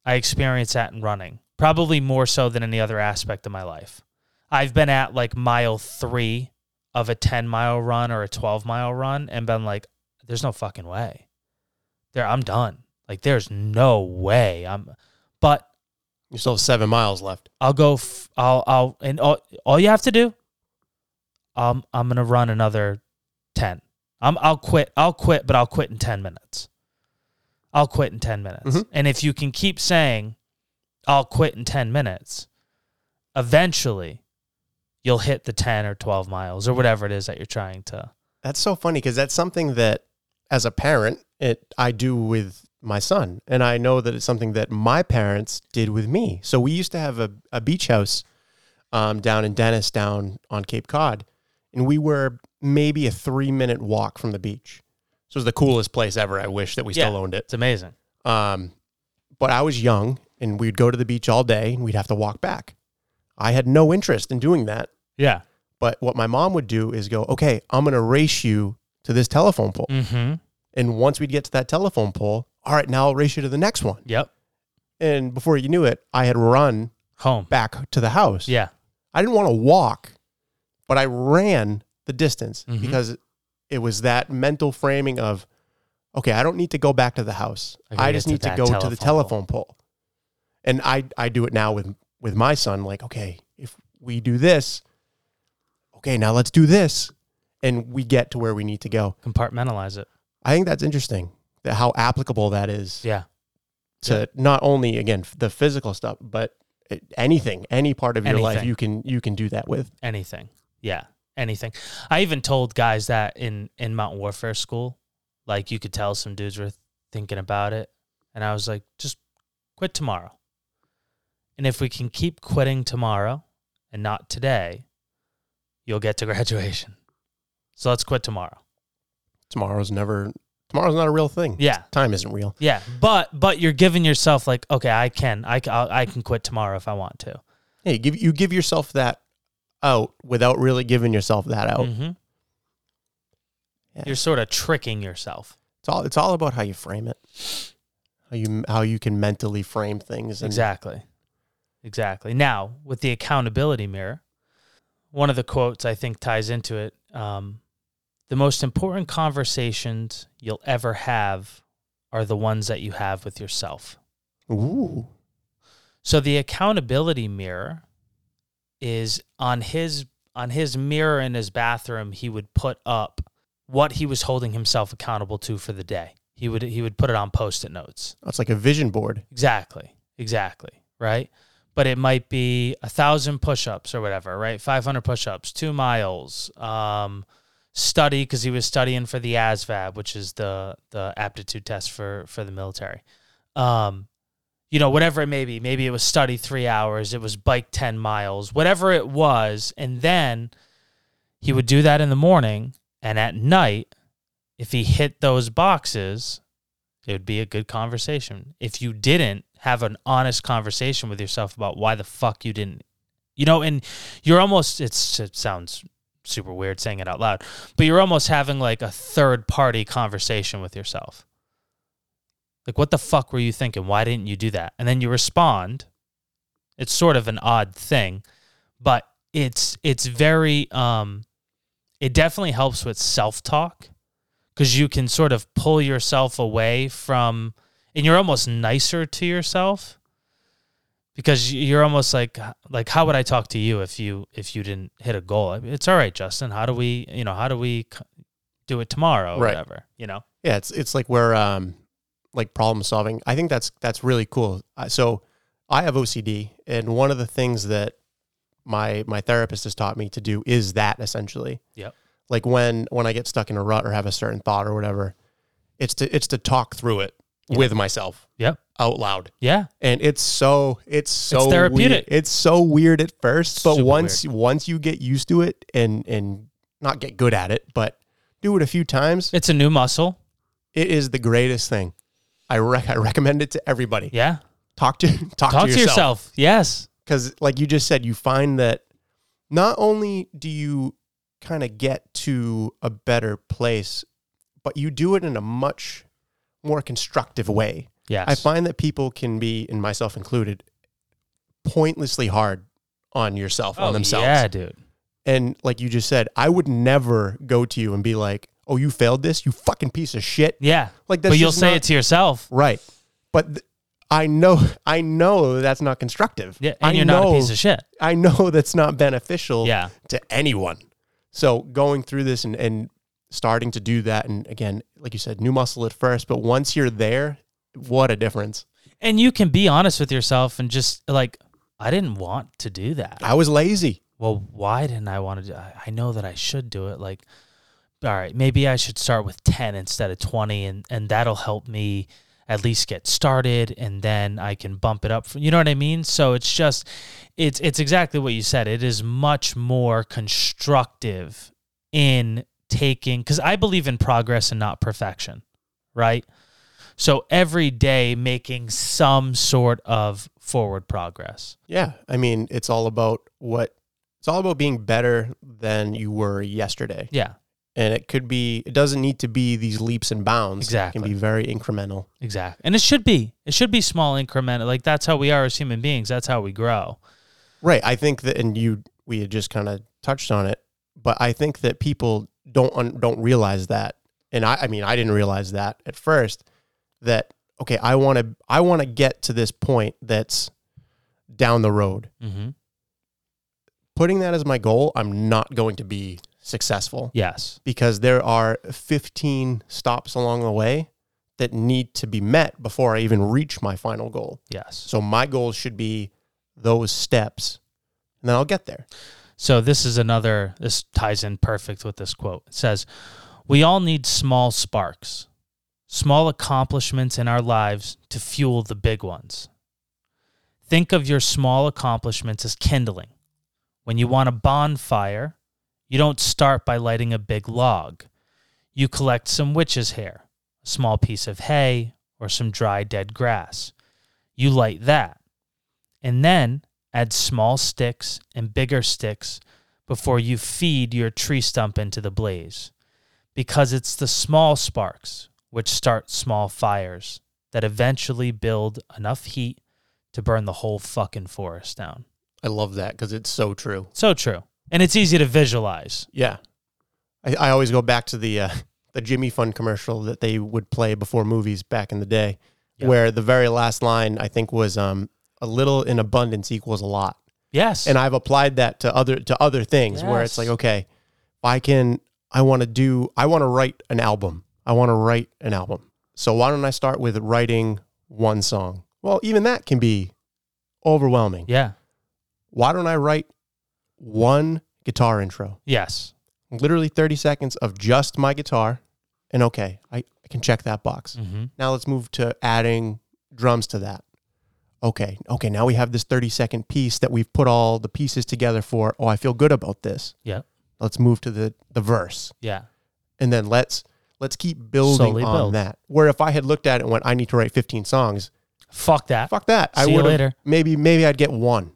Speaker 1: I experienced that in running, probably more so than any other aspect of my life. I've been at like mile three of a 10 mile run or a 12 mile run and been like, there's no fucking way. There, I'm done. Like, there's no way. I'm, but
Speaker 2: You still have seven miles left.
Speaker 1: I'll go. F- I'll. I'll. And all, all you have to do. Um, I'm gonna run another ten. I'm. I'll quit. I'll quit. But I'll quit in ten minutes. I'll quit in ten minutes.
Speaker 2: Mhm.
Speaker 1: And if you can keep saying, "I'll quit in ten minutes," eventually, you'll hit the ten or twelve miles or whatever it is that you're trying to.
Speaker 2: That's so funny because that's something that, as a parent, it I do with my son, and I know that it's something that my parents did with me. So we used to have a, a beach house um, down in Dennis, down on Cape Cod, and we were maybe a three minute walk from the beach. So it was the coolest place ever. I wish that we still
Speaker 1: Yeah.
Speaker 2: owned it.
Speaker 1: It's amazing.
Speaker 2: Um, but I was young, and we'd go to the beach all day, and we'd have to walk back. I had no interest in doing that.
Speaker 1: Yeah.
Speaker 2: But what my mom would do is go, okay, I'm going to race you to this telephone pole.
Speaker 1: Mm-hmm.
Speaker 2: And once we'd get to that telephone pole, all right, now I'll race you to the next one.
Speaker 1: Yep.
Speaker 2: And before you knew it, I had run
Speaker 1: Home.
Speaker 2: back to the house.
Speaker 1: Yeah.
Speaker 2: I didn't want to walk, but I ran the distance
Speaker 1: Mhm.
Speaker 2: because it was that mental framing of, okay, I don't need to go back to the house.
Speaker 1: I gotta
Speaker 2: I, just
Speaker 1: get to
Speaker 2: need to
Speaker 1: that
Speaker 2: go to the
Speaker 1: telephone
Speaker 2: telephone pole. And I, I do it now with, with my son, like, okay, if we do this, okay, now let's do this. And we get to where we need to go.
Speaker 1: Compartmentalize it.
Speaker 2: I think that's interesting that how applicable that is
Speaker 1: Yeah.
Speaker 2: to not only again f- the physical stuff, but it- anything, any part of your life
Speaker 1: Anything.
Speaker 2: you can you can do that with.
Speaker 1: anything. Yeah, anything. I even told guys that in in mountain warfare school, like you could tell some dudes were thinking about it, and I was like, just quit tomorrow. And if we can keep quitting tomorrow and not today, you'll get to graduation. So let's quit tomorrow.
Speaker 2: Tomorrow's never tomorrow's not a real thing.
Speaker 1: Yeah.
Speaker 2: Time isn't real.
Speaker 1: Yeah, but but you're giving yourself like, okay, I can, I can, I can quit tomorrow if I want to.
Speaker 2: Yeah, you give you give yourself that out without really giving yourself that out.
Speaker 1: hmm
Speaker 2: Yeah.
Speaker 1: You're sort of tricking yourself.
Speaker 2: It's all it's all about how you frame it. How you how you can mentally frame things. And
Speaker 1: Exactly. Exactly. Now, with the accountability mirror, one of the quotes I think ties into it um, the most important conversations you'll ever have are the ones that you have with yourself.
Speaker 2: Ooh.
Speaker 1: So the accountability mirror is on his on his mirror in his bathroom he would put up what he was holding himself accountable to for the day. He would he would put it on post-it notes.
Speaker 2: It's like a vision board.
Speaker 1: Exactly. Exactly. Right. But it might be a thousand push ups or whatever, right? 500 push ups, two miles, um, study, because he was studying for the ASVAB, which is the, the aptitude test for, for the military. Um, you know, whatever it may be. Maybe it was study three hours, it was bike 10 miles, whatever it was. And then he would do that in the morning. And at night, if he hit those boxes, it would be a good conversation. If you didn't have an honest conversation with yourself about why the fuck you didn't You know, and you're almost, it's, it sounds super weird saying it out loud, but you're almost having like a third party conversation with yourself. Like, what the fuck were you thinking? Why didn't you do that? And then you respond. It's sort of an odd thing, but it's, it's very, um, it definitely helps with self talk because you can sort of pull yourself away from, and you're almost nicer to yourself because you're almost like like how would I talk to you if you if you didn't hit a goal? I mean, It's all right, Justin. How do we you know how do we c- do it tomorrow? Or
Speaker 2: Right.
Speaker 1: Whatever you know.
Speaker 2: Yeah, it's it's like we're um, like problem solving. I think that's that's really cool. Uh, so I have OCD, and one of the things that my my therapist has taught me to do is that essentially.
Speaker 1: Yep.
Speaker 2: Like when when I get stuck in a rut or have a certain thought or whatever, it's to it's to talk through it
Speaker 1: Yeah.
Speaker 2: with myself.
Speaker 1: Yep.
Speaker 2: Out loud.
Speaker 1: Yeah.
Speaker 2: and it's so it's so
Speaker 1: therapeutic.
Speaker 2: Weird. It's so weird at first, but
Speaker 1: Super
Speaker 2: once once you get used to it and and not get good at it, but do it a few times,
Speaker 1: It's a new muscle.
Speaker 2: it is the greatest thing. I rec- I recommend it to everybody.
Speaker 1: Yeah.
Speaker 2: Talk to talk,
Speaker 1: Talk
Speaker 2: to yourself
Speaker 1: Yes.
Speaker 2: because, like you just said, you find that not only do you kind of get to a better place, but you do it in a much more constructive way.
Speaker 1: Yes.
Speaker 2: I find that people can be, and myself included, pointlessly hard on yourself,
Speaker 1: Oh,
Speaker 2: on themselves.
Speaker 1: Yeah, dude.
Speaker 2: And like you just said, I would never go to you and be like, oh, you failed this, you fucking piece of shit.
Speaker 1: Yeah.
Speaker 2: Like that's
Speaker 1: But you'll
Speaker 2: just
Speaker 1: say
Speaker 2: not-
Speaker 1: it to yourself.
Speaker 2: right. But th- I know, I know that's not constructive.
Speaker 1: Yeah.
Speaker 2: I
Speaker 1: And you're
Speaker 2: know,
Speaker 1: not a piece of shit.
Speaker 2: I know that's not beneficial
Speaker 1: Yeah.
Speaker 2: to anyone. So going through this and, and starting to do that, and again, like you said, new muscle at first, but once you're there, what a difference.
Speaker 1: And you can be honest with yourself and just like, I didn't want to do that.
Speaker 2: I was lazy.
Speaker 1: well, why didn't I want to do I, I know that I should do it. Like, all right, maybe I should start with 10 instead of 20, and, and that'll help me at least get started and then I can bump it up. From, you know what I mean? So it's just, it's, it's exactly what you said. It is much more constructive in taking, because I believe in progress and not perfection, right? So every day making some sort of forward progress.
Speaker 2: Yeah, I mean, it's all about what it's all about being better than you were yesterday.
Speaker 1: Yeah,
Speaker 2: And it could be it doesn't need to be these leaps and bounds. It
Speaker 1: Exactly.
Speaker 2: can be very incremental.
Speaker 1: Exactly. And it should be. It should be small incremental. Like that's how we are as human beings. That's how we grow.
Speaker 2: Right. I think that and you we had just kind of touched on it, but I think that people don't un, don't realize that. And I I mean, I didn't realize that at first that okay, I want to I want to get to this point that's down the road.
Speaker 1: Mm-hmm.
Speaker 2: Putting that as my goal, I'm not going to be successful.
Speaker 1: Yes.
Speaker 2: because there are 15 stops along the way that need to be met before I even reach my final goal.
Speaker 1: Yes.
Speaker 2: So my goal should be those steps, and then I'll get there.
Speaker 1: So this is another, this ties in perfect with this quote. It says, We all need small sparks, small accomplishments in our lives to fuel the big ones. Think of your small accomplishments as kindling. When you want a bonfire, you don't start by lighting a big log. You collect some witch's hair, a small piece of hay, or some dry dead grass. You light that and then add small sticks and bigger sticks before you feed your tree stump into the blaze. Because it's the small sparks which start small fires that eventually build enough heat to burn the whole fucking forest down.
Speaker 2: I love that because it's so true.
Speaker 1: So true. And it's easy to visualize.
Speaker 2: Yeah, I, I always go back to the uh, the Jimmy Fund commercial that they would play before movies back in the day,
Speaker 1: Yeah.
Speaker 2: where the very last line I think was um, "a little in abundance equals a lot."
Speaker 1: Yes.
Speaker 2: and I've applied that to other to other things where
Speaker 1: Yes.
Speaker 2: it's like, okay, if I can, I want to do, I want to write an album. I want to write an album. So why don't I start with writing one song? Well, even that can be overwhelming.
Speaker 1: yeah.
Speaker 2: Why don't I write one guitar intro?
Speaker 1: Yes.
Speaker 2: Literally 30 seconds of just my guitar. And okay, I, I can check that box.
Speaker 1: Mm-hmm.
Speaker 2: Now let's move to adding drums to that. Okay, okay, now we have this 30 second piece that we've put all the pieces together for. Oh, I feel good about this.
Speaker 1: Yeah.
Speaker 2: Let's move to the the verse.
Speaker 1: Yeah.
Speaker 2: And then let's let's keep building
Speaker 1: Slowly
Speaker 2: on
Speaker 1: build.
Speaker 2: that. Where if I had looked at it and went, I need to write 15 songs,
Speaker 1: Fuck that.
Speaker 2: fuck that. I
Speaker 1: See you
Speaker 2: would've-
Speaker 1: later.
Speaker 2: Maybe maybe I'd get one.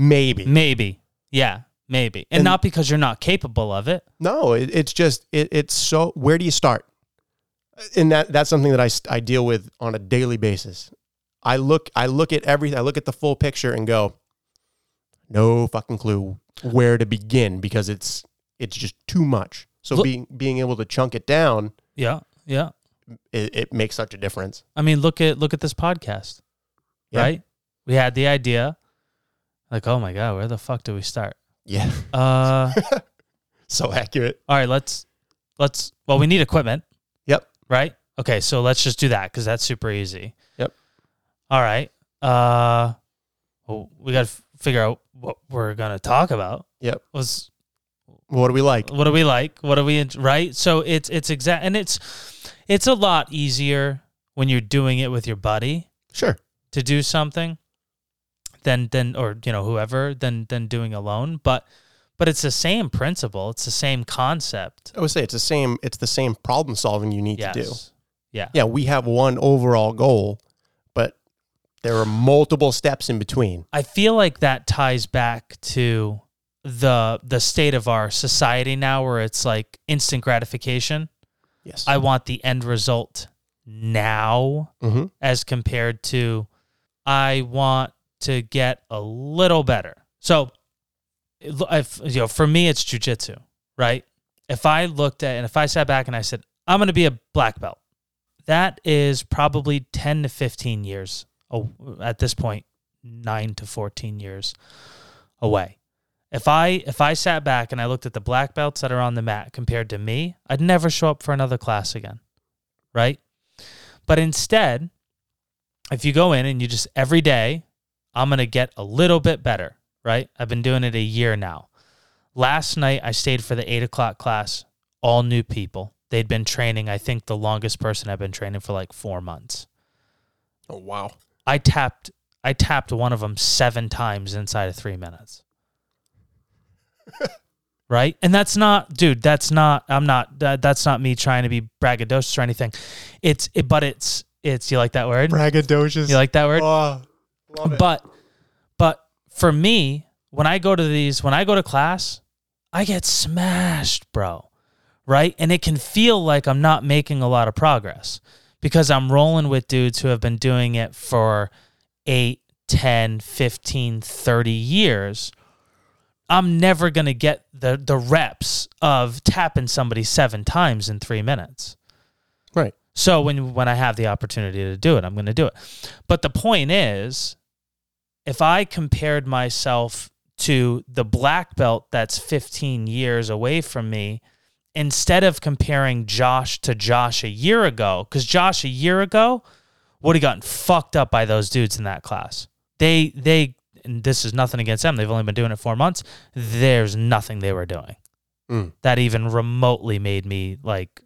Speaker 2: Maybe.
Speaker 1: Maybe. Yeah, maybe. And,
Speaker 2: And-
Speaker 1: not because you're not capable of it.
Speaker 2: No, it, it's just it, it's so. Where do you start? And that that's something that I, s- I deal with on a daily basis. I look I look at everything. I look at the full picture and go, no fucking clue where to begin because it's it's just too much. So
Speaker 1: Look-
Speaker 2: being being able to chunk it down,
Speaker 1: Yeah. Yeah.
Speaker 2: it, it makes such a difference.
Speaker 1: I mean, look at look at this podcast.
Speaker 2: Yeah.
Speaker 1: Right? We had the idea like, "Oh my god, where the fuck do we start?"
Speaker 2: Yeah,
Speaker 1: Uh
Speaker 2: so accurate.
Speaker 1: all right, let's let's well, we need equipment.
Speaker 2: Yep.
Speaker 1: Right? Okay, so let's just do that cuz that's super easy.
Speaker 2: Yep.
Speaker 1: All right. Uh well, we got to figure out what we're going to talk about.
Speaker 2: Yep.
Speaker 1: Was
Speaker 2: What do we like?
Speaker 1: what do we like what do we int- right so it's it's exact and it's it's a lot easier when you're doing it with your buddy
Speaker 2: Sure.
Speaker 1: to do something than than or you know whoever than than doing alone but but it's the same principle it's the same concept
Speaker 2: I would say it's the same. It's the same problem solving you need
Speaker 1: yes
Speaker 2: to do.
Speaker 1: yeah
Speaker 2: yeah, we have one overall goal, but there are multiple steps in between.
Speaker 1: i feel like that ties back to the the state of our society now where it's like instant gratification
Speaker 2: Yes.
Speaker 1: i want the end result now
Speaker 2: mm-hmm.
Speaker 1: as compared to I want to get a little better. So, if, you know, for me, it's jujitsu, right? If I looked at and if I sat back and I said, I'm going to be a black belt, that is probably 10 to 15 years, oh, at this point, nine to 14 years away. If I if I sat back and I looked at the black belts that are on the mat compared to me, I'd never show up for another class again. Right? But instead, if you go in and you just every day, I'm going to get a little bit better, right? I've been doing it a year now. Last night, I stayed for the eight o'clock class, all new people. They'd been training, I think the longest person I've been training for like four months.
Speaker 2: Oh wow.
Speaker 1: I tapped I tapped one of them seven times inside of three minutes. right, and that's not, dude. That's not. I'm not. That, that's not me trying to be braggadocious or anything. It's. It, but it's. It's. You like that word?
Speaker 2: Braggadocious.
Speaker 1: You like that word?
Speaker 2: love it.
Speaker 1: But but for me, when I go to these, when I go to class, I get smashed, bro. Right? And it can feel like I'm not making a lot of progress because I'm rolling with dudes who have been doing it for 8, 10, 15, 30 years. I'm never going to get the the reps of tapping somebody 7 times in 3 minutes.
Speaker 2: right.
Speaker 1: So when when I have the opportunity to do it, I'm going to do it. But the point is, if I compared myself to the black belt that's 15 years away from me, instead of comparing Josh to Josh a year ago, because Josh a year ago would have gotten fucked up by those dudes in that class. They they and this is nothing against them. They've only been doing it four months. There's nothing they were doing
Speaker 2: Mm.
Speaker 1: that even remotely made me like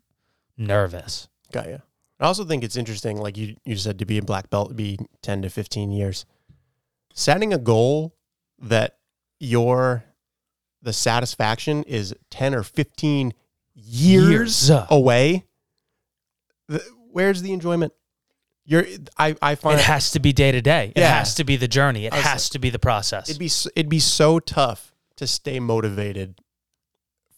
Speaker 1: nervous.
Speaker 2: Got you. I also think it's interesting, like you you said, to be a black belt would be ten to fifteen years. Setting a goal that your the satisfaction is ten or fifteen years,
Speaker 1: Years.
Speaker 2: away. th- where's the enjoyment? You're I I find
Speaker 1: It has to be day to day. It
Speaker 2: Yeah.
Speaker 1: has to be the journey. It
Speaker 2: I was-
Speaker 1: has to be the process.
Speaker 2: It'd be s- it'd be so tough to stay motivated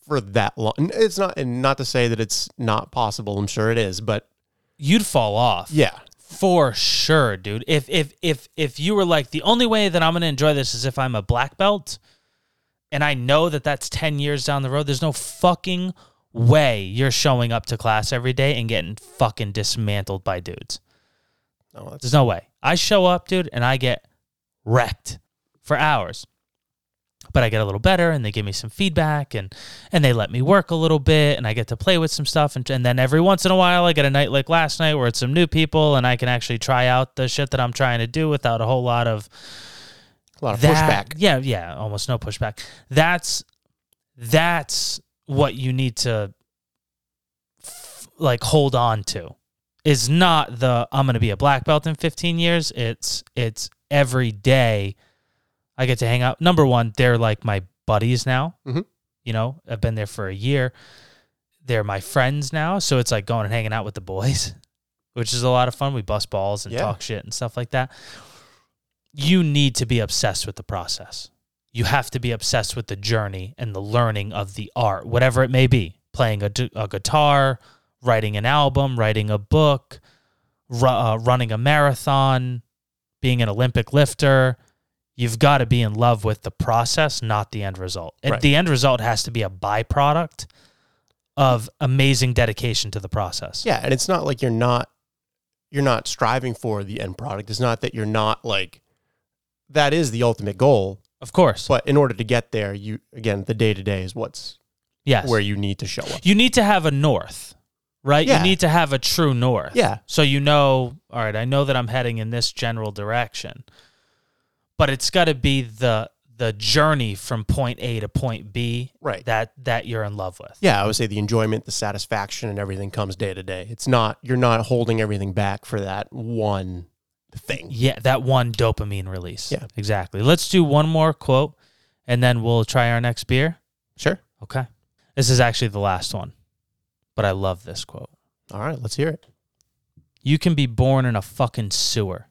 Speaker 2: for that long. And It's not and not to say that it's not possible. I'm sure it is, but
Speaker 1: You'd fall off.
Speaker 2: yeah,
Speaker 1: For sure, dude. If if if if you were like the only way that I'm going to enjoy this is if I'm a black belt and I know that that's 10 years down the road, there's no fucking way you're showing up to class every day and getting fucking dismantled by dudes.
Speaker 2: no, that's,
Speaker 1: There's no way. I show up, dude, and I get wrecked for hours. But I get a little better and they give me some feedback and and they let me work a little bit and I get to play with some stuff and, and then every once in a while I get a night like last night where it's some new people and I can actually try out the shit that I'm trying to do without a whole lot of
Speaker 2: a lot of
Speaker 1: that-
Speaker 2: pushback.
Speaker 1: Yeah, yeah, almost no pushback. That's that's what you need to f- like hold on to. Is not the I'm going to be a black belt in 15 years. It's it's every day I get to hang out. Number one, they're like my buddies now.
Speaker 2: Mhm.
Speaker 1: You know, I've been there for a year. They're my friends now, so it's like going and hanging out with the boys, which is a lot of fun. We bust balls and
Speaker 2: Yeah.
Speaker 1: talk shit and stuff like that you need to be obsessed with the process. you have to be obsessed with the journey and the learning of the art, whatever it may be playing a, du- a guitar, writing an album, writing a book, ru- uh, running a marathon, being an Olympic lifter. You've got to be in love with the process, not the end result. And
Speaker 2: Right.
Speaker 1: The end result has to be a byproduct of amazing dedication to the process.
Speaker 2: Yeah, and it's not like you're not you're not striving for the end product. It's not that you're not like that is the ultimate goal,
Speaker 1: Of course.
Speaker 2: but in order to get there, you again, the day to day is what's
Speaker 1: yes.
Speaker 2: where you need to show up.
Speaker 1: you need to have a north, right?
Speaker 2: Yeah.
Speaker 1: You need to have a true north.
Speaker 2: Yeah.
Speaker 1: So you know, all right, I know that I'm heading in this general direction. But it's got to be the the journey from point A to point B
Speaker 2: Right.
Speaker 1: that that you're in love with.
Speaker 2: Yeah, I would say the enjoyment, the satisfaction and everything comes day to day. It's not you're not holding everything back for that one thing.
Speaker 1: Yeah, that one dopamine release.
Speaker 2: Yeah.
Speaker 1: Exactly. Let's do one more quote and then we'll try our next beer.
Speaker 2: Sure.
Speaker 1: Okay. This is actually the last one. But I love this quote.
Speaker 2: All right, let's hear it.
Speaker 1: You can be born in a fucking sewer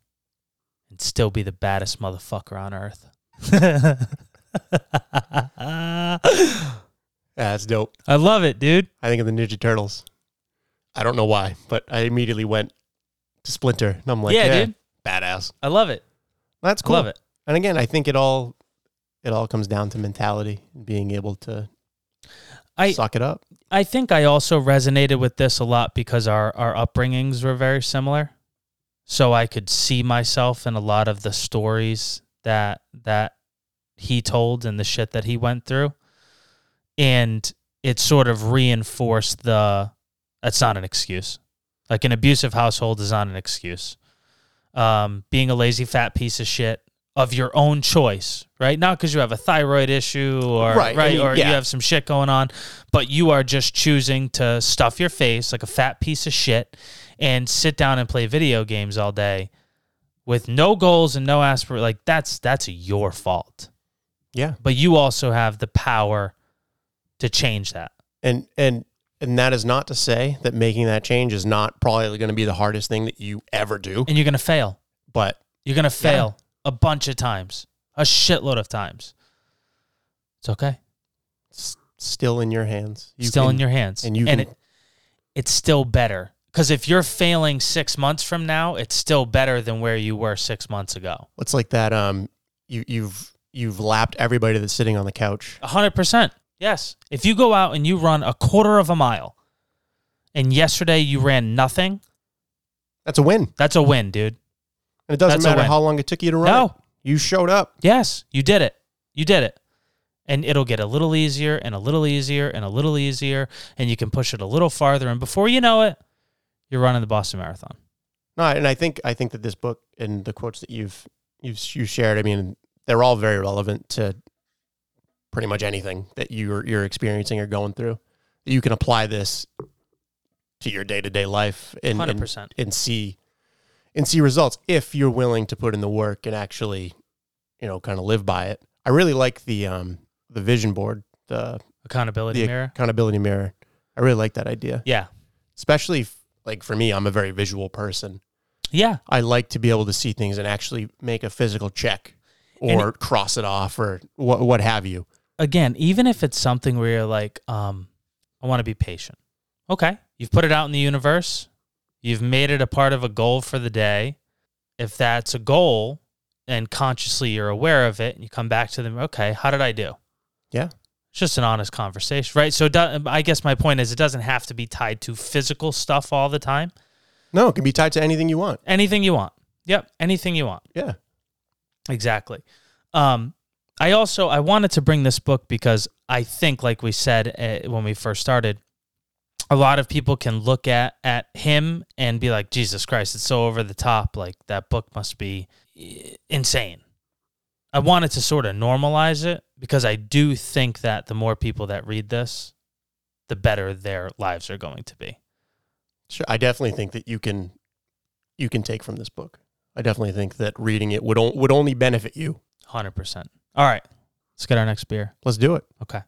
Speaker 1: and still be the baddest motherfucker on earth.
Speaker 2: Yeah, that's dope.
Speaker 1: I love it, dude.
Speaker 2: I think of the Ninja Turtles. I don't know why, but I immediately went to Splinter and I'm like,
Speaker 1: yeah,
Speaker 2: yeah,
Speaker 1: dude.
Speaker 2: badass.
Speaker 1: I love it.
Speaker 2: That's
Speaker 1: I
Speaker 2: cool.
Speaker 1: love it.
Speaker 2: And again, I think it all it all comes down to mentality, being able to
Speaker 1: I
Speaker 2: suck it up.
Speaker 1: I think I also resonated with this a lot because our our upbringings were very similar. So I could see myself in a lot of the stories that that he told and the shit that he went through. And it sort of reinforced the that's not an excuse. Like an abusive household is not an excuse. Um, being a lazy fat piece of shit of your own choice, right? Not because you have a thyroid issue or
Speaker 2: Right,
Speaker 1: right,
Speaker 2: I mean,
Speaker 1: or
Speaker 2: yeah.
Speaker 1: you have some shit going on, but you are just choosing to stuff your face like a fat piece of shit and sit down and play video games all day with no goals and no aspir like that's that's your fault.
Speaker 2: Yeah.
Speaker 1: But you also have the power to change that.
Speaker 2: And and and that is not to say that making that change is not probably going to be the hardest thing that you ever do,
Speaker 1: And you're gonna fail.
Speaker 2: but
Speaker 1: You're gonna fail a bunch of times, a shitload of times. It's okay.
Speaker 2: it's still in your hands. You
Speaker 1: still
Speaker 2: can-
Speaker 1: in your hands,
Speaker 2: and you
Speaker 1: and
Speaker 2: can-
Speaker 1: it it's still better because if you're failing six months from now, it's still better than where you were six months ago.
Speaker 2: It's like that um you you've you've lapped everybody that's sitting on the couch.
Speaker 1: A hundred percent. Yes. If you go out and you run a quarter of a mile, and yesterday you ran nothing,
Speaker 2: That's a win. And
Speaker 1: that's a win, dude.
Speaker 2: it doesn't
Speaker 1: That's a
Speaker 2: matter
Speaker 1: win.
Speaker 2: how long it took you to run.
Speaker 1: No.
Speaker 2: it. You showed up.
Speaker 1: Yes, you did it. You did it. And it'll get a little easier and a little easier and a little easier. And you can push it a little farther. And before you know it, you're running the Boston Marathon.
Speaker 2: No, and I think I think that this book and the quotes that you've you've you shared, I mean, they're all very relevant to pretty much anything that you're you're experiencing or going through. You can apply this to your day to day life and, and
Speaker 1: 100%.
Speaker 2: and see and see results if you're willing to put in the work and actually, you know, kind of live by it. I really like the um the vision board, the
Speaker 1: Accountability
Speaker 2: the
Speaker 1: mirror.
Speaker 2: accountability mirror. I really like that idea,
Speaker 1: Yeah.
Speaker 2: especially f- like for me, I'm a very visual person.
Speaker 1: Yeah.
Speaker 2: I like to be able to see things and actually make a physical check
Speaker 1: And
Speaker 2: or cross it off or what what have you.
Speaker 1: Again, even if it's something where you're like, um, I want to be patient. Okay. You've put it out in the universe, you've made it a part of a goal for the day. If that's a goal and consciously you're aware of it and you come back to them, okay, how did I do?
Speaker 2: Yeah.
Speaker 1: It's just an honest conversation, right? So it do- I guess my point is it doesn't have to be tied to physical stuff all the time.
Speaker 2: No, it can be tied to anything you want.
Speaker 1: Anything you want. Yep, anything you want.
Speaker 2: Yeah.
Speaker 1: Exactly. Um, I also I wanted to bring this book because I think, like we said uh, when we first started, a lot of people can look at at him and be like, "Jesus Christ, it's so over the top! Like that book must be eh, insane." I wanted to sort of normalize it because I do think that the more people that read this, the better their lives are going to be.
Speaker 2: Sure. I definitely think that you can you can take from this book. I definitely think that reading it would on, would only benefit you.
Speaker 1: Hundred percent. All right, let's get our next beer.
Speaker 2: Let's do it.
Speaker 1: Okay.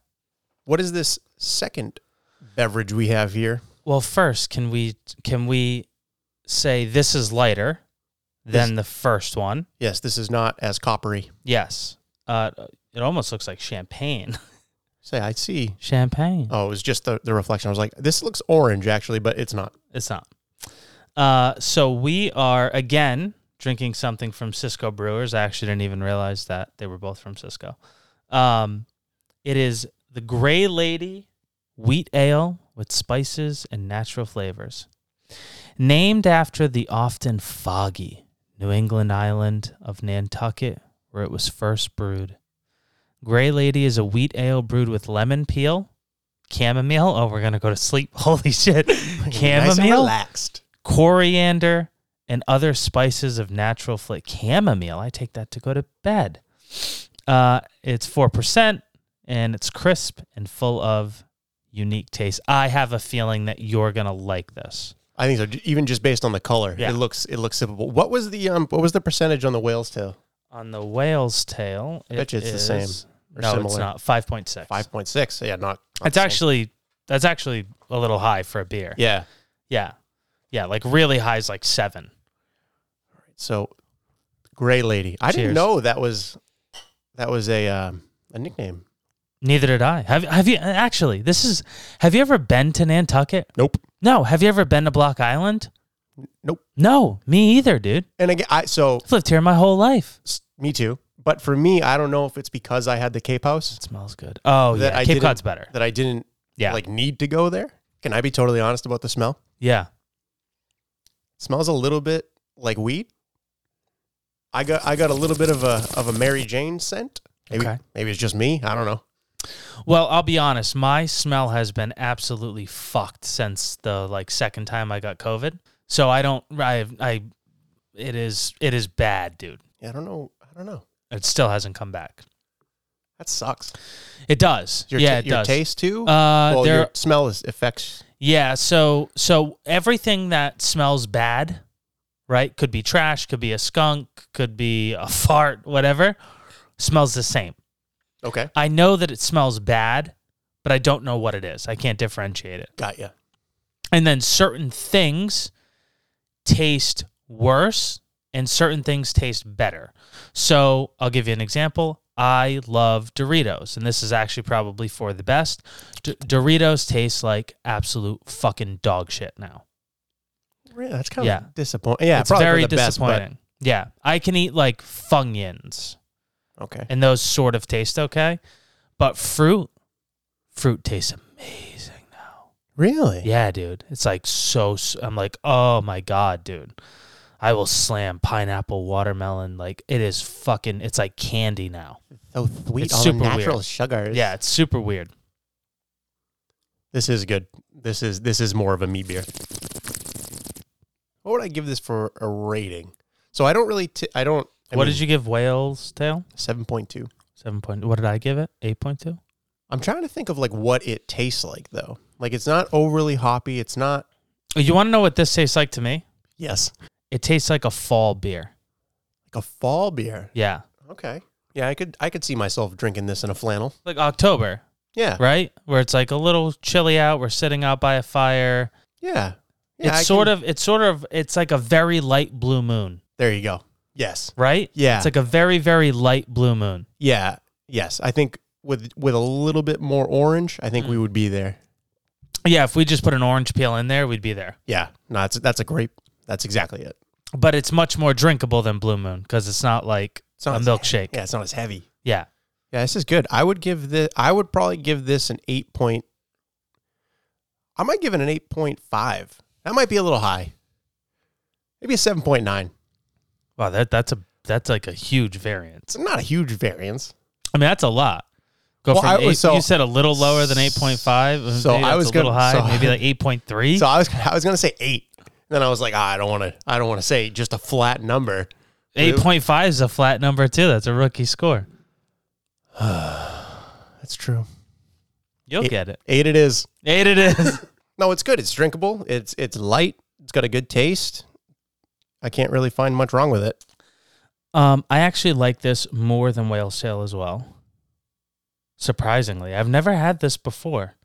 Speaker 2: What is this second beverage we have here?
Speaker 1: Well, first, can we can we say this is lighter than the first one?
Speaker 2: Yes, this is not as coppery.
Speaker 1: Yes. Uh, it almost looks like champagne.
Speaker 2: Say, I see.
Speaker 1: champagne.
Speaker 2: Oh, it was just the, the reflection. I was like, this looks orange actually, but it's not.
Speaker 1: It's not. Uh, so we are again drinking something from Cisco Brewers. I actually didn't even realize that they were both from Cisco. Um, it is the Gray Lady Wheat Ale with spices and natural flavors, named after the often foggy New England island of Nantucket, where it was first brewed. Gray Lady is a wheat ale brewed with lemon peel, chamomile. Oh, we're gonna go to sleep. Holy shit!
Speaker 2: nice and
Speaker 1: Chamomile,
Speaker 2: relaxed.
Speaker 1: coriander, and other spices of natural flavor. Chamomile, I take that to go to bed. Uh, it's 4%, and it's crisp and full of unique taste. I have a feeling that you're going to like this.
Speaker 2: I think so. J- Even just based on the color,
Speaker 1: Yeah.
Speaker 2: it looks it looks sippable. What was the um what was the percentage on the whale's tail?
Speaker 1: On the whale's tail, it
Speaker 2: Bet you it's the same
Speaker 1: is-
Speaker 2: or
Speaker 1: No, it's
Speaker 2: similar.
Speaker 1: not. 5.6.
Speaker 2: Five point six. Yeah, not. not
Speaker 1: That's
Speaker 2: the same.
Speaker 1: actually that's actually a little high for a beer.
Speaker 2: yeah.
Speaker 1: Yeah. Yeah, like really high is like 7.
Speaker 2: So, Gray Lady. I
Speaker 1: Cheers.
Speaker 2: didn't know that was that was a um, a nickname.
Speaker 1: Neither did I. Have have you actually? This is have you ever been to Nantucket?
Speaker 2: Nope.
Speaker 1: No. Have you ever been to Block Island?
Speaker 2: Nope.
Speaker 1: No, me either, dude.
Speaker 2: And again, I so
Speaker 1: I've lived here my whole life.
Speaker 2: s- me too. But for me, I don't know if it's because I had the Cape House
Speaker 1: It smells good. Oh
Speaker 2: That
Speaker 1: yeah,
Speaker 2: I
Speaker 1: Cape
Speaker 2: didn't-
Speaker 1: Cod's better.
Speaker 2: that I didn't
Speaker 1: Yeah,
Speaker 2: like need to go there. Can I be totally honest about the smell?
Speaker 1: yeah.
Speaker 2: smells a little bit like weed. I got I got a little bit of a of a Mary Jane scent. Maybe
Speaker 1: Okay.
Speaker 2: maybe it's just me. I don't know.
Speaker 1: Well, I'll be honest. My smell has been absolutely fucked since the like second time I got COVID. So I don't. I I. It is it is bad, dude.
Speaker 2: Yeah, I don't know. I don't know.
Speaker 1: It still hasn't come back.
Speaker 2: That sucks.
Speaker 1: It does.
Speaker 2: Your
Speaker 1: yeah,
Speaker 2: ta-
Speaker 1: it
Speaker 2: your
Speaker 1: does.
Speaker 2: taste too.
Speaker 1: Uh,
Speaker 2: well,
Speaker 1: there
Speaker 2: your smell is affects.
Speaker 1: Yeah, so so everything that smells bad, right? Could be trash, could be a skunk, could be a fart, whatever, smells the same.
Speaker 2: Okay,
Speaker 1: I know that it smells bad, but I don't know what it is. I can't differentiate it.
Speaker 2: got you.
Speaker 1: And then certain things taste worse and certain things taste better. So, I'll give you an example. I love Doritos, and this is actually probably for the best. D- Doritos taste like absolute fucking dog shit now.
Speaker 2: Yeah, that's kind
Speaker 1: Yeah.
Speaker 2: of disappointing. Yeah,
Speaker 1: it's
Speaker 2: probably for
Speaker 1: very
Speaker 2: the best, but-
Speaker 1: disappointing. yeah, I can eat like funyuns
Speaker 2: okay,
Speaker 1: and those sort of taste okay, but fruit, fruit tastes amazing now.
Speaker 2: really?
Speaker 1: Yeah, dude, it's like so. s- I'm like, oh my god, dude, I will slam pineapple, watermelon. Like it is fucking. It's like candy now.
Speaker 2: So Oh, sweet,
Speaker 1: It's
Speaker 2: all
Speaker 1: super
Speaker 2: the natural
Speaker 1: weird.
Speaker 2: sugars.
Speaker 1: Yeah, it's super weird.
Speaker 2: this is good. This is this is more of a me beer. What would I give this for a rating? So I don't really. T- I don't. I
Speaker 1: what did you give Whale's Tail?
Speaker 2: Seven point two.
Speaker 1: Seven point. What did I give it? Eight point two.
Speaker 2: I'm trying to think of like what it tastes like though. Like it's not overly hoppy. It's not.
Speaker 1: You want to know what this tastes like to me?
Speaker 2: Yes.
Speaker 1: It tastes like a fall beer.
Speaker 2: Like a fall beer.
Speaker 1: Yeah,
Speaker 2: Okay. Yeah, I could I could see myself drinking this in a flannel.
Speaker 1: like October.
Speaker 2: Yeah.
Speaker 1: right? Where it's like a little chilly out. We're sitting out by a fire.
Speaker 2: Yeah. yeah
Speaker 1: It's sort of, it's sort of, it's like a very light blue moon,
Speaker 2: There you go. Yes.
Speaker 1: right?
Speaker 2: Yeah.
Speaker 1: It's like a very, very light blue moon.
Speaker 2: yeah. Yes. I think with with a little bit more orange, I
Speaker 1: Mm.
Speaker 2: think we would be there.
Speaker 1: Yeah, if we just put an orange peel in there, we'd be there.
Speaker 2: Yeah. No, that's that's a grape. That's exactly it.
Speaker 1: But it's much more drinkable than blue moon because it's not like
Speaker 2: It's not
Speaker 1: a
Speaker 2: as-
Speaker 1: milkshake.
Speaker 2: Yeah, it's not as heavy.
Speaker 1: Yeah.
Speaker 2: Yeah, this is good. I would give this I would probably give this an eight point I might give it an eight point five. That might be a little high. Maybe a seven point nine.
Speaker 1: Wow, that that's a that's like a huge variance.
Speaker 2: It's not a huge variance.
Speaker 1: I mean, that's a lot. Go
Speaker 2: Well,
Speaker 1: from
Speaker 2: I-
Speaker 1: eight,
Speaker 2: so-
Speaker 1: you said a little lower than eight point five.
Speaker 2: So I was
Speaker 1: a little
Speaker 2: gonna-
Speaker 1: high,
Speaker 2: so-
Speaker 1: maybe like eight point three.
Speaker 2: So I was I was gonna say eight. And then I was like, ah, I don't wanna I don't wanna say just a flat number.
Speaker 1: eight point five is a flat number too. That's a rookie score.
Speaker 2: That's true.
Speaker 1: You'll
Speaker 2: Eight-
Speaker 1: get it.
Speaker 2: Eight it is.
Speaker 1: Eight it is.
Speaker 2: No, it's good. It's drinkable. It's it's light. It's got a good taste. I can't really find much wrong with it.
Speaker 1: um, I actually like this more than whale tail as well. Surprisingly, I've never had this before.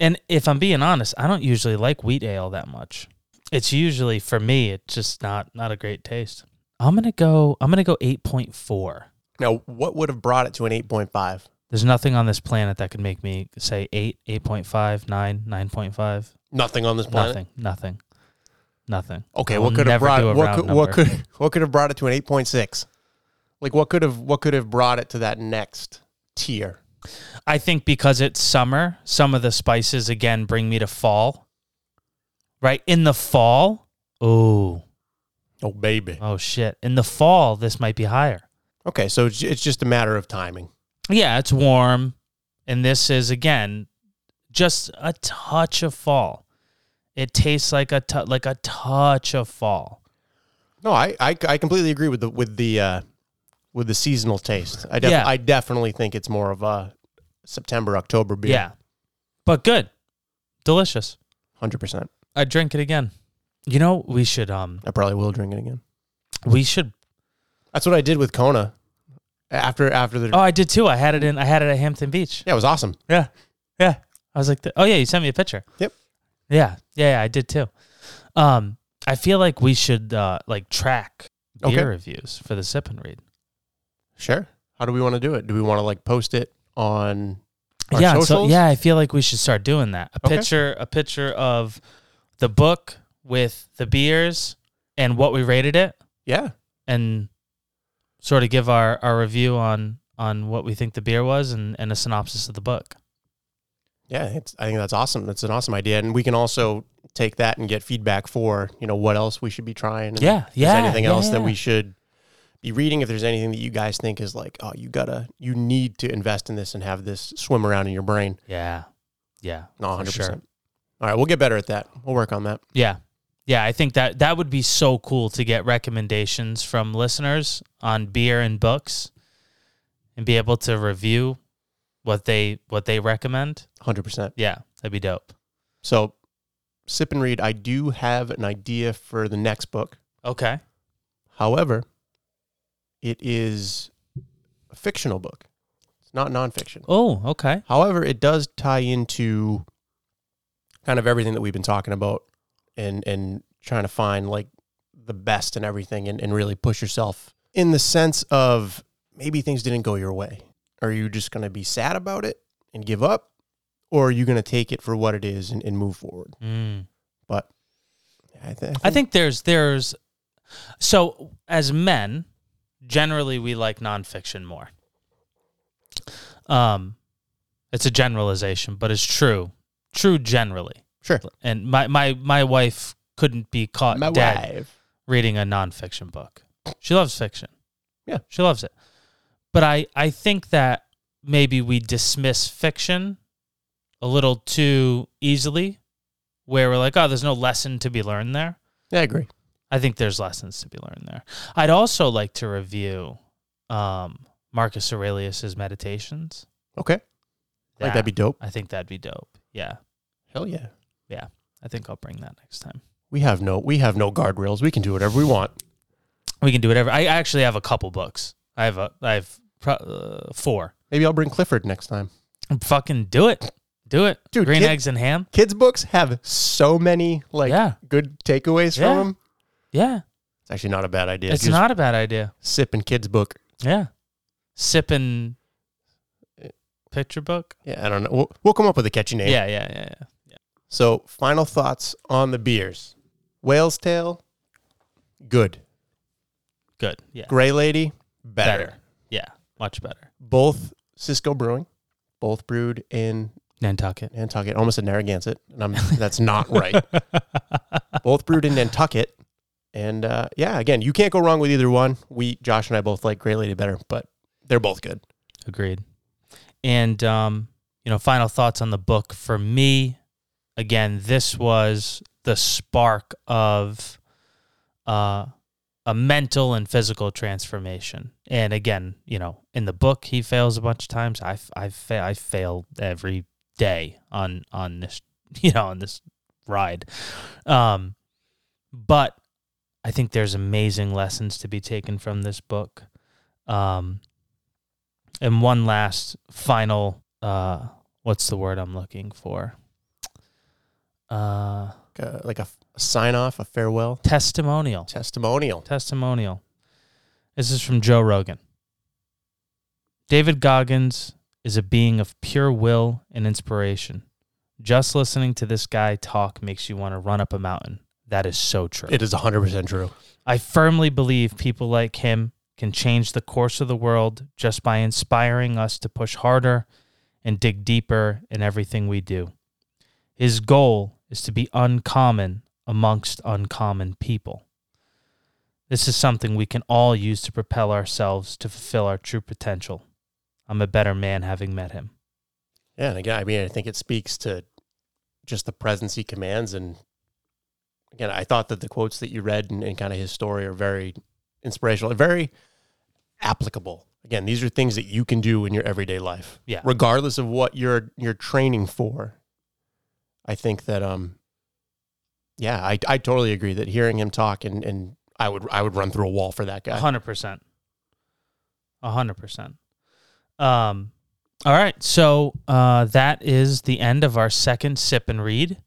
Speaker 1: And if I'm being honest, I don't usually like wheat ale that much. It's usually for me, it's just not not a great taste. I'm gonna go. I'm gonna go eight point four.
Speaker 2: Now, what would have brought it to an 8.5?
Speaker 1: There's nothing on this planet that could make me say 8, 8.5, 9, 9.5.
Speaker 2: Nothing on this planet.
Speaker 1: Nothing, nothing, nothing.
Speaker 2: Okay,
Speaker 1: I
Speaker 2: what
Speaker 1: will
Speaker 2: could have
Speaker 1: never do a
Speaker 2: brought what
Speaker 1: round
Speaker 2: could, what
Speaker 1: number.
Speaker 2: could what could have brought it to an 8.6? Like what could have what could have brought it to that next tier?
Speaker 1: I think because it's summer, some of the spices again bring me to fall. Right? In the fall, oh,
Speaker 2: Oh baby.
Speaker 1: oh shit. In the fall, this might be higher.
Speaker 2: Okay, so it's it's just a matter of timing.
Speaker 1: Yeah, it's warm. And this is, again, just a touch of fall. It tastes like a tu- like a touch of fall.
Speaker 2: No, I, I, I completely agree with the with the uh, with the seasonal taste. I def-
Speaker 1: Yeah.
Speaker 2: I definitely think it's more of a September October beer.
Speaker 1: Yeah. But good. Delicious.
Speaker 2: hundred percent.
Speaker 1: I'd drink it again. You know, we should um
Speaker 2: I probably will drink it again.
Speaker 1: we should
Speaker 2: That's what I did with Kona after after the.
Speaker 1: Oh, I did too. I had it in I had it at Hampton Beach.
Speaker 2: Yeah, it was awesome.
Speaker 1: Yeah. Yeah. I was like, th- oh, yeah, you sent me a picture.
Speaker 2: Yep.
Speaker 1: Yeah. Yeah, yeah, I did too. Um, I feel like we should uh, like track beer
Speaker 2: Okay.
Speaker 1: reviews for the sip and read.
Speaker 2: Sure. How do we want to do it? Do we want to like post it on? Our
Speaker 1: yeah,
Speaker 2: socials?
Speaker 1: so yeah, I feel like we should start doing that. A
Speaker 2: Okay.
Speaker 1: picture, a picture of the book with the beers and what we rated it,
Speaker 2: Yeah.
Speaker 1: and sort of give our, our review on on what we think the beer was and, and a synopsis of the book.
Speaker 2: Yeah, it's, I think that's awesome. That's an awesome idea, and we can also take that and get feedback for you know what else we should be trying. and
Speaker 1: Yeah,
Speaker 2: If
Speaker 1: yeah.
Speaker 2: there's anything
Speaker 1: yeah,
Speaker 2: else that
Speaker 1: yeah.
Speaker 2: we should be reading, if there's anything that you guys think is like, oh, you gotta, you need to invest in this and have this swim around in your brain.
Speaker 1: Yeah, yeah.
Speaker 2: No,
Speaker 1: for
Speaker 2: hundred
Speaker 1: sure.
Speaker 2: percent. All right, we'll get better at that. We'll work on that.
Speaker 1: Yeah. Yeah, I think that that would be so cool to get recommendations from listeners on beer and books and be able to review what they what they recommend.
Speaker 2: Hundred percent.
Speaker 1: Yeah, that'd be dope.
Speaker 2: So, sip and read. I do have an idea for the next book.
Speaker 1: Okay.
Speaker 2: However, it is a fictional book. It's not nonfiction.
Speaker 1: Oh, okay.
Speaker 2: However, it does tie into kind of everything that we've been talking about and and trying to find like the best and everything and, and really push yourself in the sense of maybe things didn't go your way. Are you just gonna be sad about it and give up? Or are you gonna take it for what it is and, and move forward?
Speaker 1: Mm.
Speaker 2: But I, th-
Speaker 1: I think there's there's so as men, generally we like nonfiction more. Um it's a generalization, but it's true. True generally.
Speaker 2: sure.
Speaker 1: and my my my wife couldn't be caught
Speaker 2: My
Speaker 1: dead
Speaker 2: wife.
Speaker 1: reading a nonfiction book. She loves fiction.
Speaker 2: Yeah.
Speaker 1: she loves it. But I I think that maybe we dismiss fiction a little too easily, where we're like, oh, there's no lesson to be learned there.
Speaker 2: Yeah, I agree.
Speaker 1: I think there's lessons to be learned there. I'd also like to review um, Marcus Aurelius's meditations.
Speaker 2: Okay. I think
Speaker 1: That-
Speaker 2: that'd be dope.
Speaker 1: I think that'd be dope. Yeah,
Speaker 2: Hell yeah.
Speaker 1: I think I'll bring that next time.
Speaker 2: We have no we have no guardrails. We can do whatever we want.
Speaker 1: We can do whatever. I actually have a couple books. I have a, I have pro- uh, four.
Speaker 2: Maybe I'll bring Clifford next time.
Speaker 1: Fucking do it, do it.
Speaker 2: Dude,
Speaker 1: Green
Speaker 2: get-
Speaker 1: eggs and ham.
Speaker 2: kids books have so many like
Speaker 1: yeah,
Speaker 2: good takeaways
Speaker 1: Yeah.
Speaker 2: from them.
Speaker 1: yeah.
Speaker 2: It's actually not a bad idea.
Speaker 1: it's
Speaker 2: Just
Speaker 1: not a bad idea.
Speaker 2: sipping kids book.
Speaker 1: Yeah, sipping picture book.
Speaker 2: Yeah, I don't know. We'll, we'll come up with a catchy name.
Speaker 1: Yeah, yeah, yeah, yeah.
Speaker 2: So, final thoughts on the beers. Whale's Tail, good.
Speaker 1: Good. Yeah,
Speaker 2: Gray Lady, better.
Speaker 1: Yeah, much better.
Speaker 2: Both Cisco Brewing, both brewed in
Speaker 1: Nantucket.
Speaker 2: Nantucket. I Almost said Narragansett, and I'm that's not right. both brewed in Nantucket, and uh, yeah, again, you can't go wrong with either one. We, Josh and I, both like Gray Lady better, but they're both good.
Speaker 1: Agreed. And um, you know, final thoughts on the book for me. Again, this was the spark of uh, a mental and physical transformation. And again, you know, in the book, he fails a bunch of times. I f- I fa- I fail every day on on this you know on this ride. Um, but I think there's amazing lessons to be taken from this book. Um, and one last final uh what's the word i'm looking for uh
Speaker 2: uh, like a, sign off, a farewell,
Speaker 1: testimonial
Speaker 2: testimonial.
Speaker 1: testimonial this is from joe rogan David Goggins is a being of pure will and inspiration. Just listening to this guy talk makes you want to run up a mountain. That is so true.
Speaker 2: It is 100% true.
Speaker 1: I firmly believe people like him can change the course of the world just by inspiring us to push harder and dig deeper in everything we do. His goal is to be uncommon amongst uncommon people. This is something we can all use to propel ourselves to fulfill our true potential. I'm a better man having met him.
Speaker 2: Yeah, and again, I mean, I think it speaks to just the presence he commands. And again, I thought that the quotes that you read and, and kind of his story are very inspirational and very applicable. Again, these are things that you can do in your everyday life,
Speaker 1: Yeah.
Speaker 2: regardless of what you're you're training for. I think that, um, yeah, I, I totally agree that hearing him talk and and I would I would run through a wall for that guy.
Speaker 1: hundred percent. A hundred percent. Um all right. So uh that is the end of our second sip and read.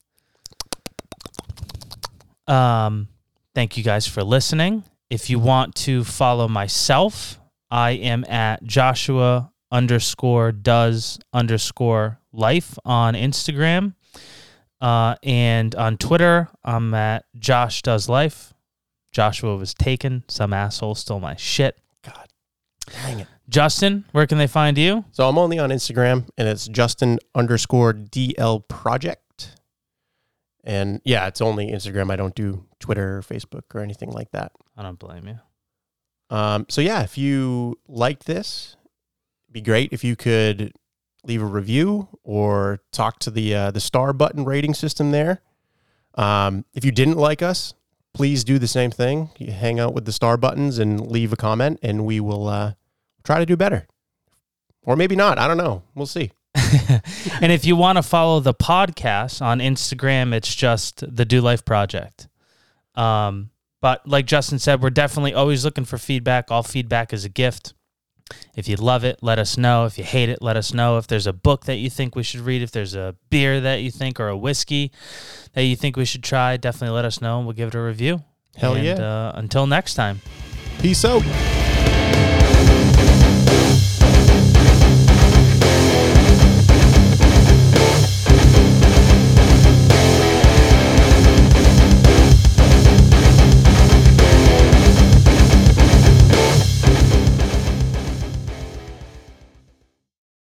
Speaker 1: Um thank you guys for listening. If you want to follow myself, I am at Joshua underscore does underscore life on Instagram. Uh, and on Twitter, I'm at Josh Does Life. Joshua was taken. Some asshole stole my shit.
Speaker 2: God, dang it.
Speaker 1: Justin, where can they find you?
Speaker 2: So I'm only on Instagram, and it's Justin underscore DL Project. And yeah, it's only Instagram. I don't do Twitter, or Facebook, or anything like that.
Speaker 1: I don't blame you.
Speaker 2: Um, so yeah, if you liked this, it'd be great if you could leave a review or talk to the uh, the star button rating system there. Um, if you didn't like us, please do the same thing. You hang out with the star buttons and leave a comment, and we will uh, try to do better, or maybe not. I don't know. We'll see.
Speaker 1: and if you want to follow the podcast on Instagram, it's just the Do Life Project. Um, but like Justin said, we're definitely always looking for feedback. All feedback is a gift. If you love it, let us know. If you hate it, let us know. If there's a book that you think we should read, if there's a beer that you think or a whiskey that you think we should try, definitely let us know and we'll give it a review.
Speaker 2: Hell
Speaker 1: And,
Speaker 2: yeah.
Speaker 1: Uh, until next time.
Speaker 2: Peace out.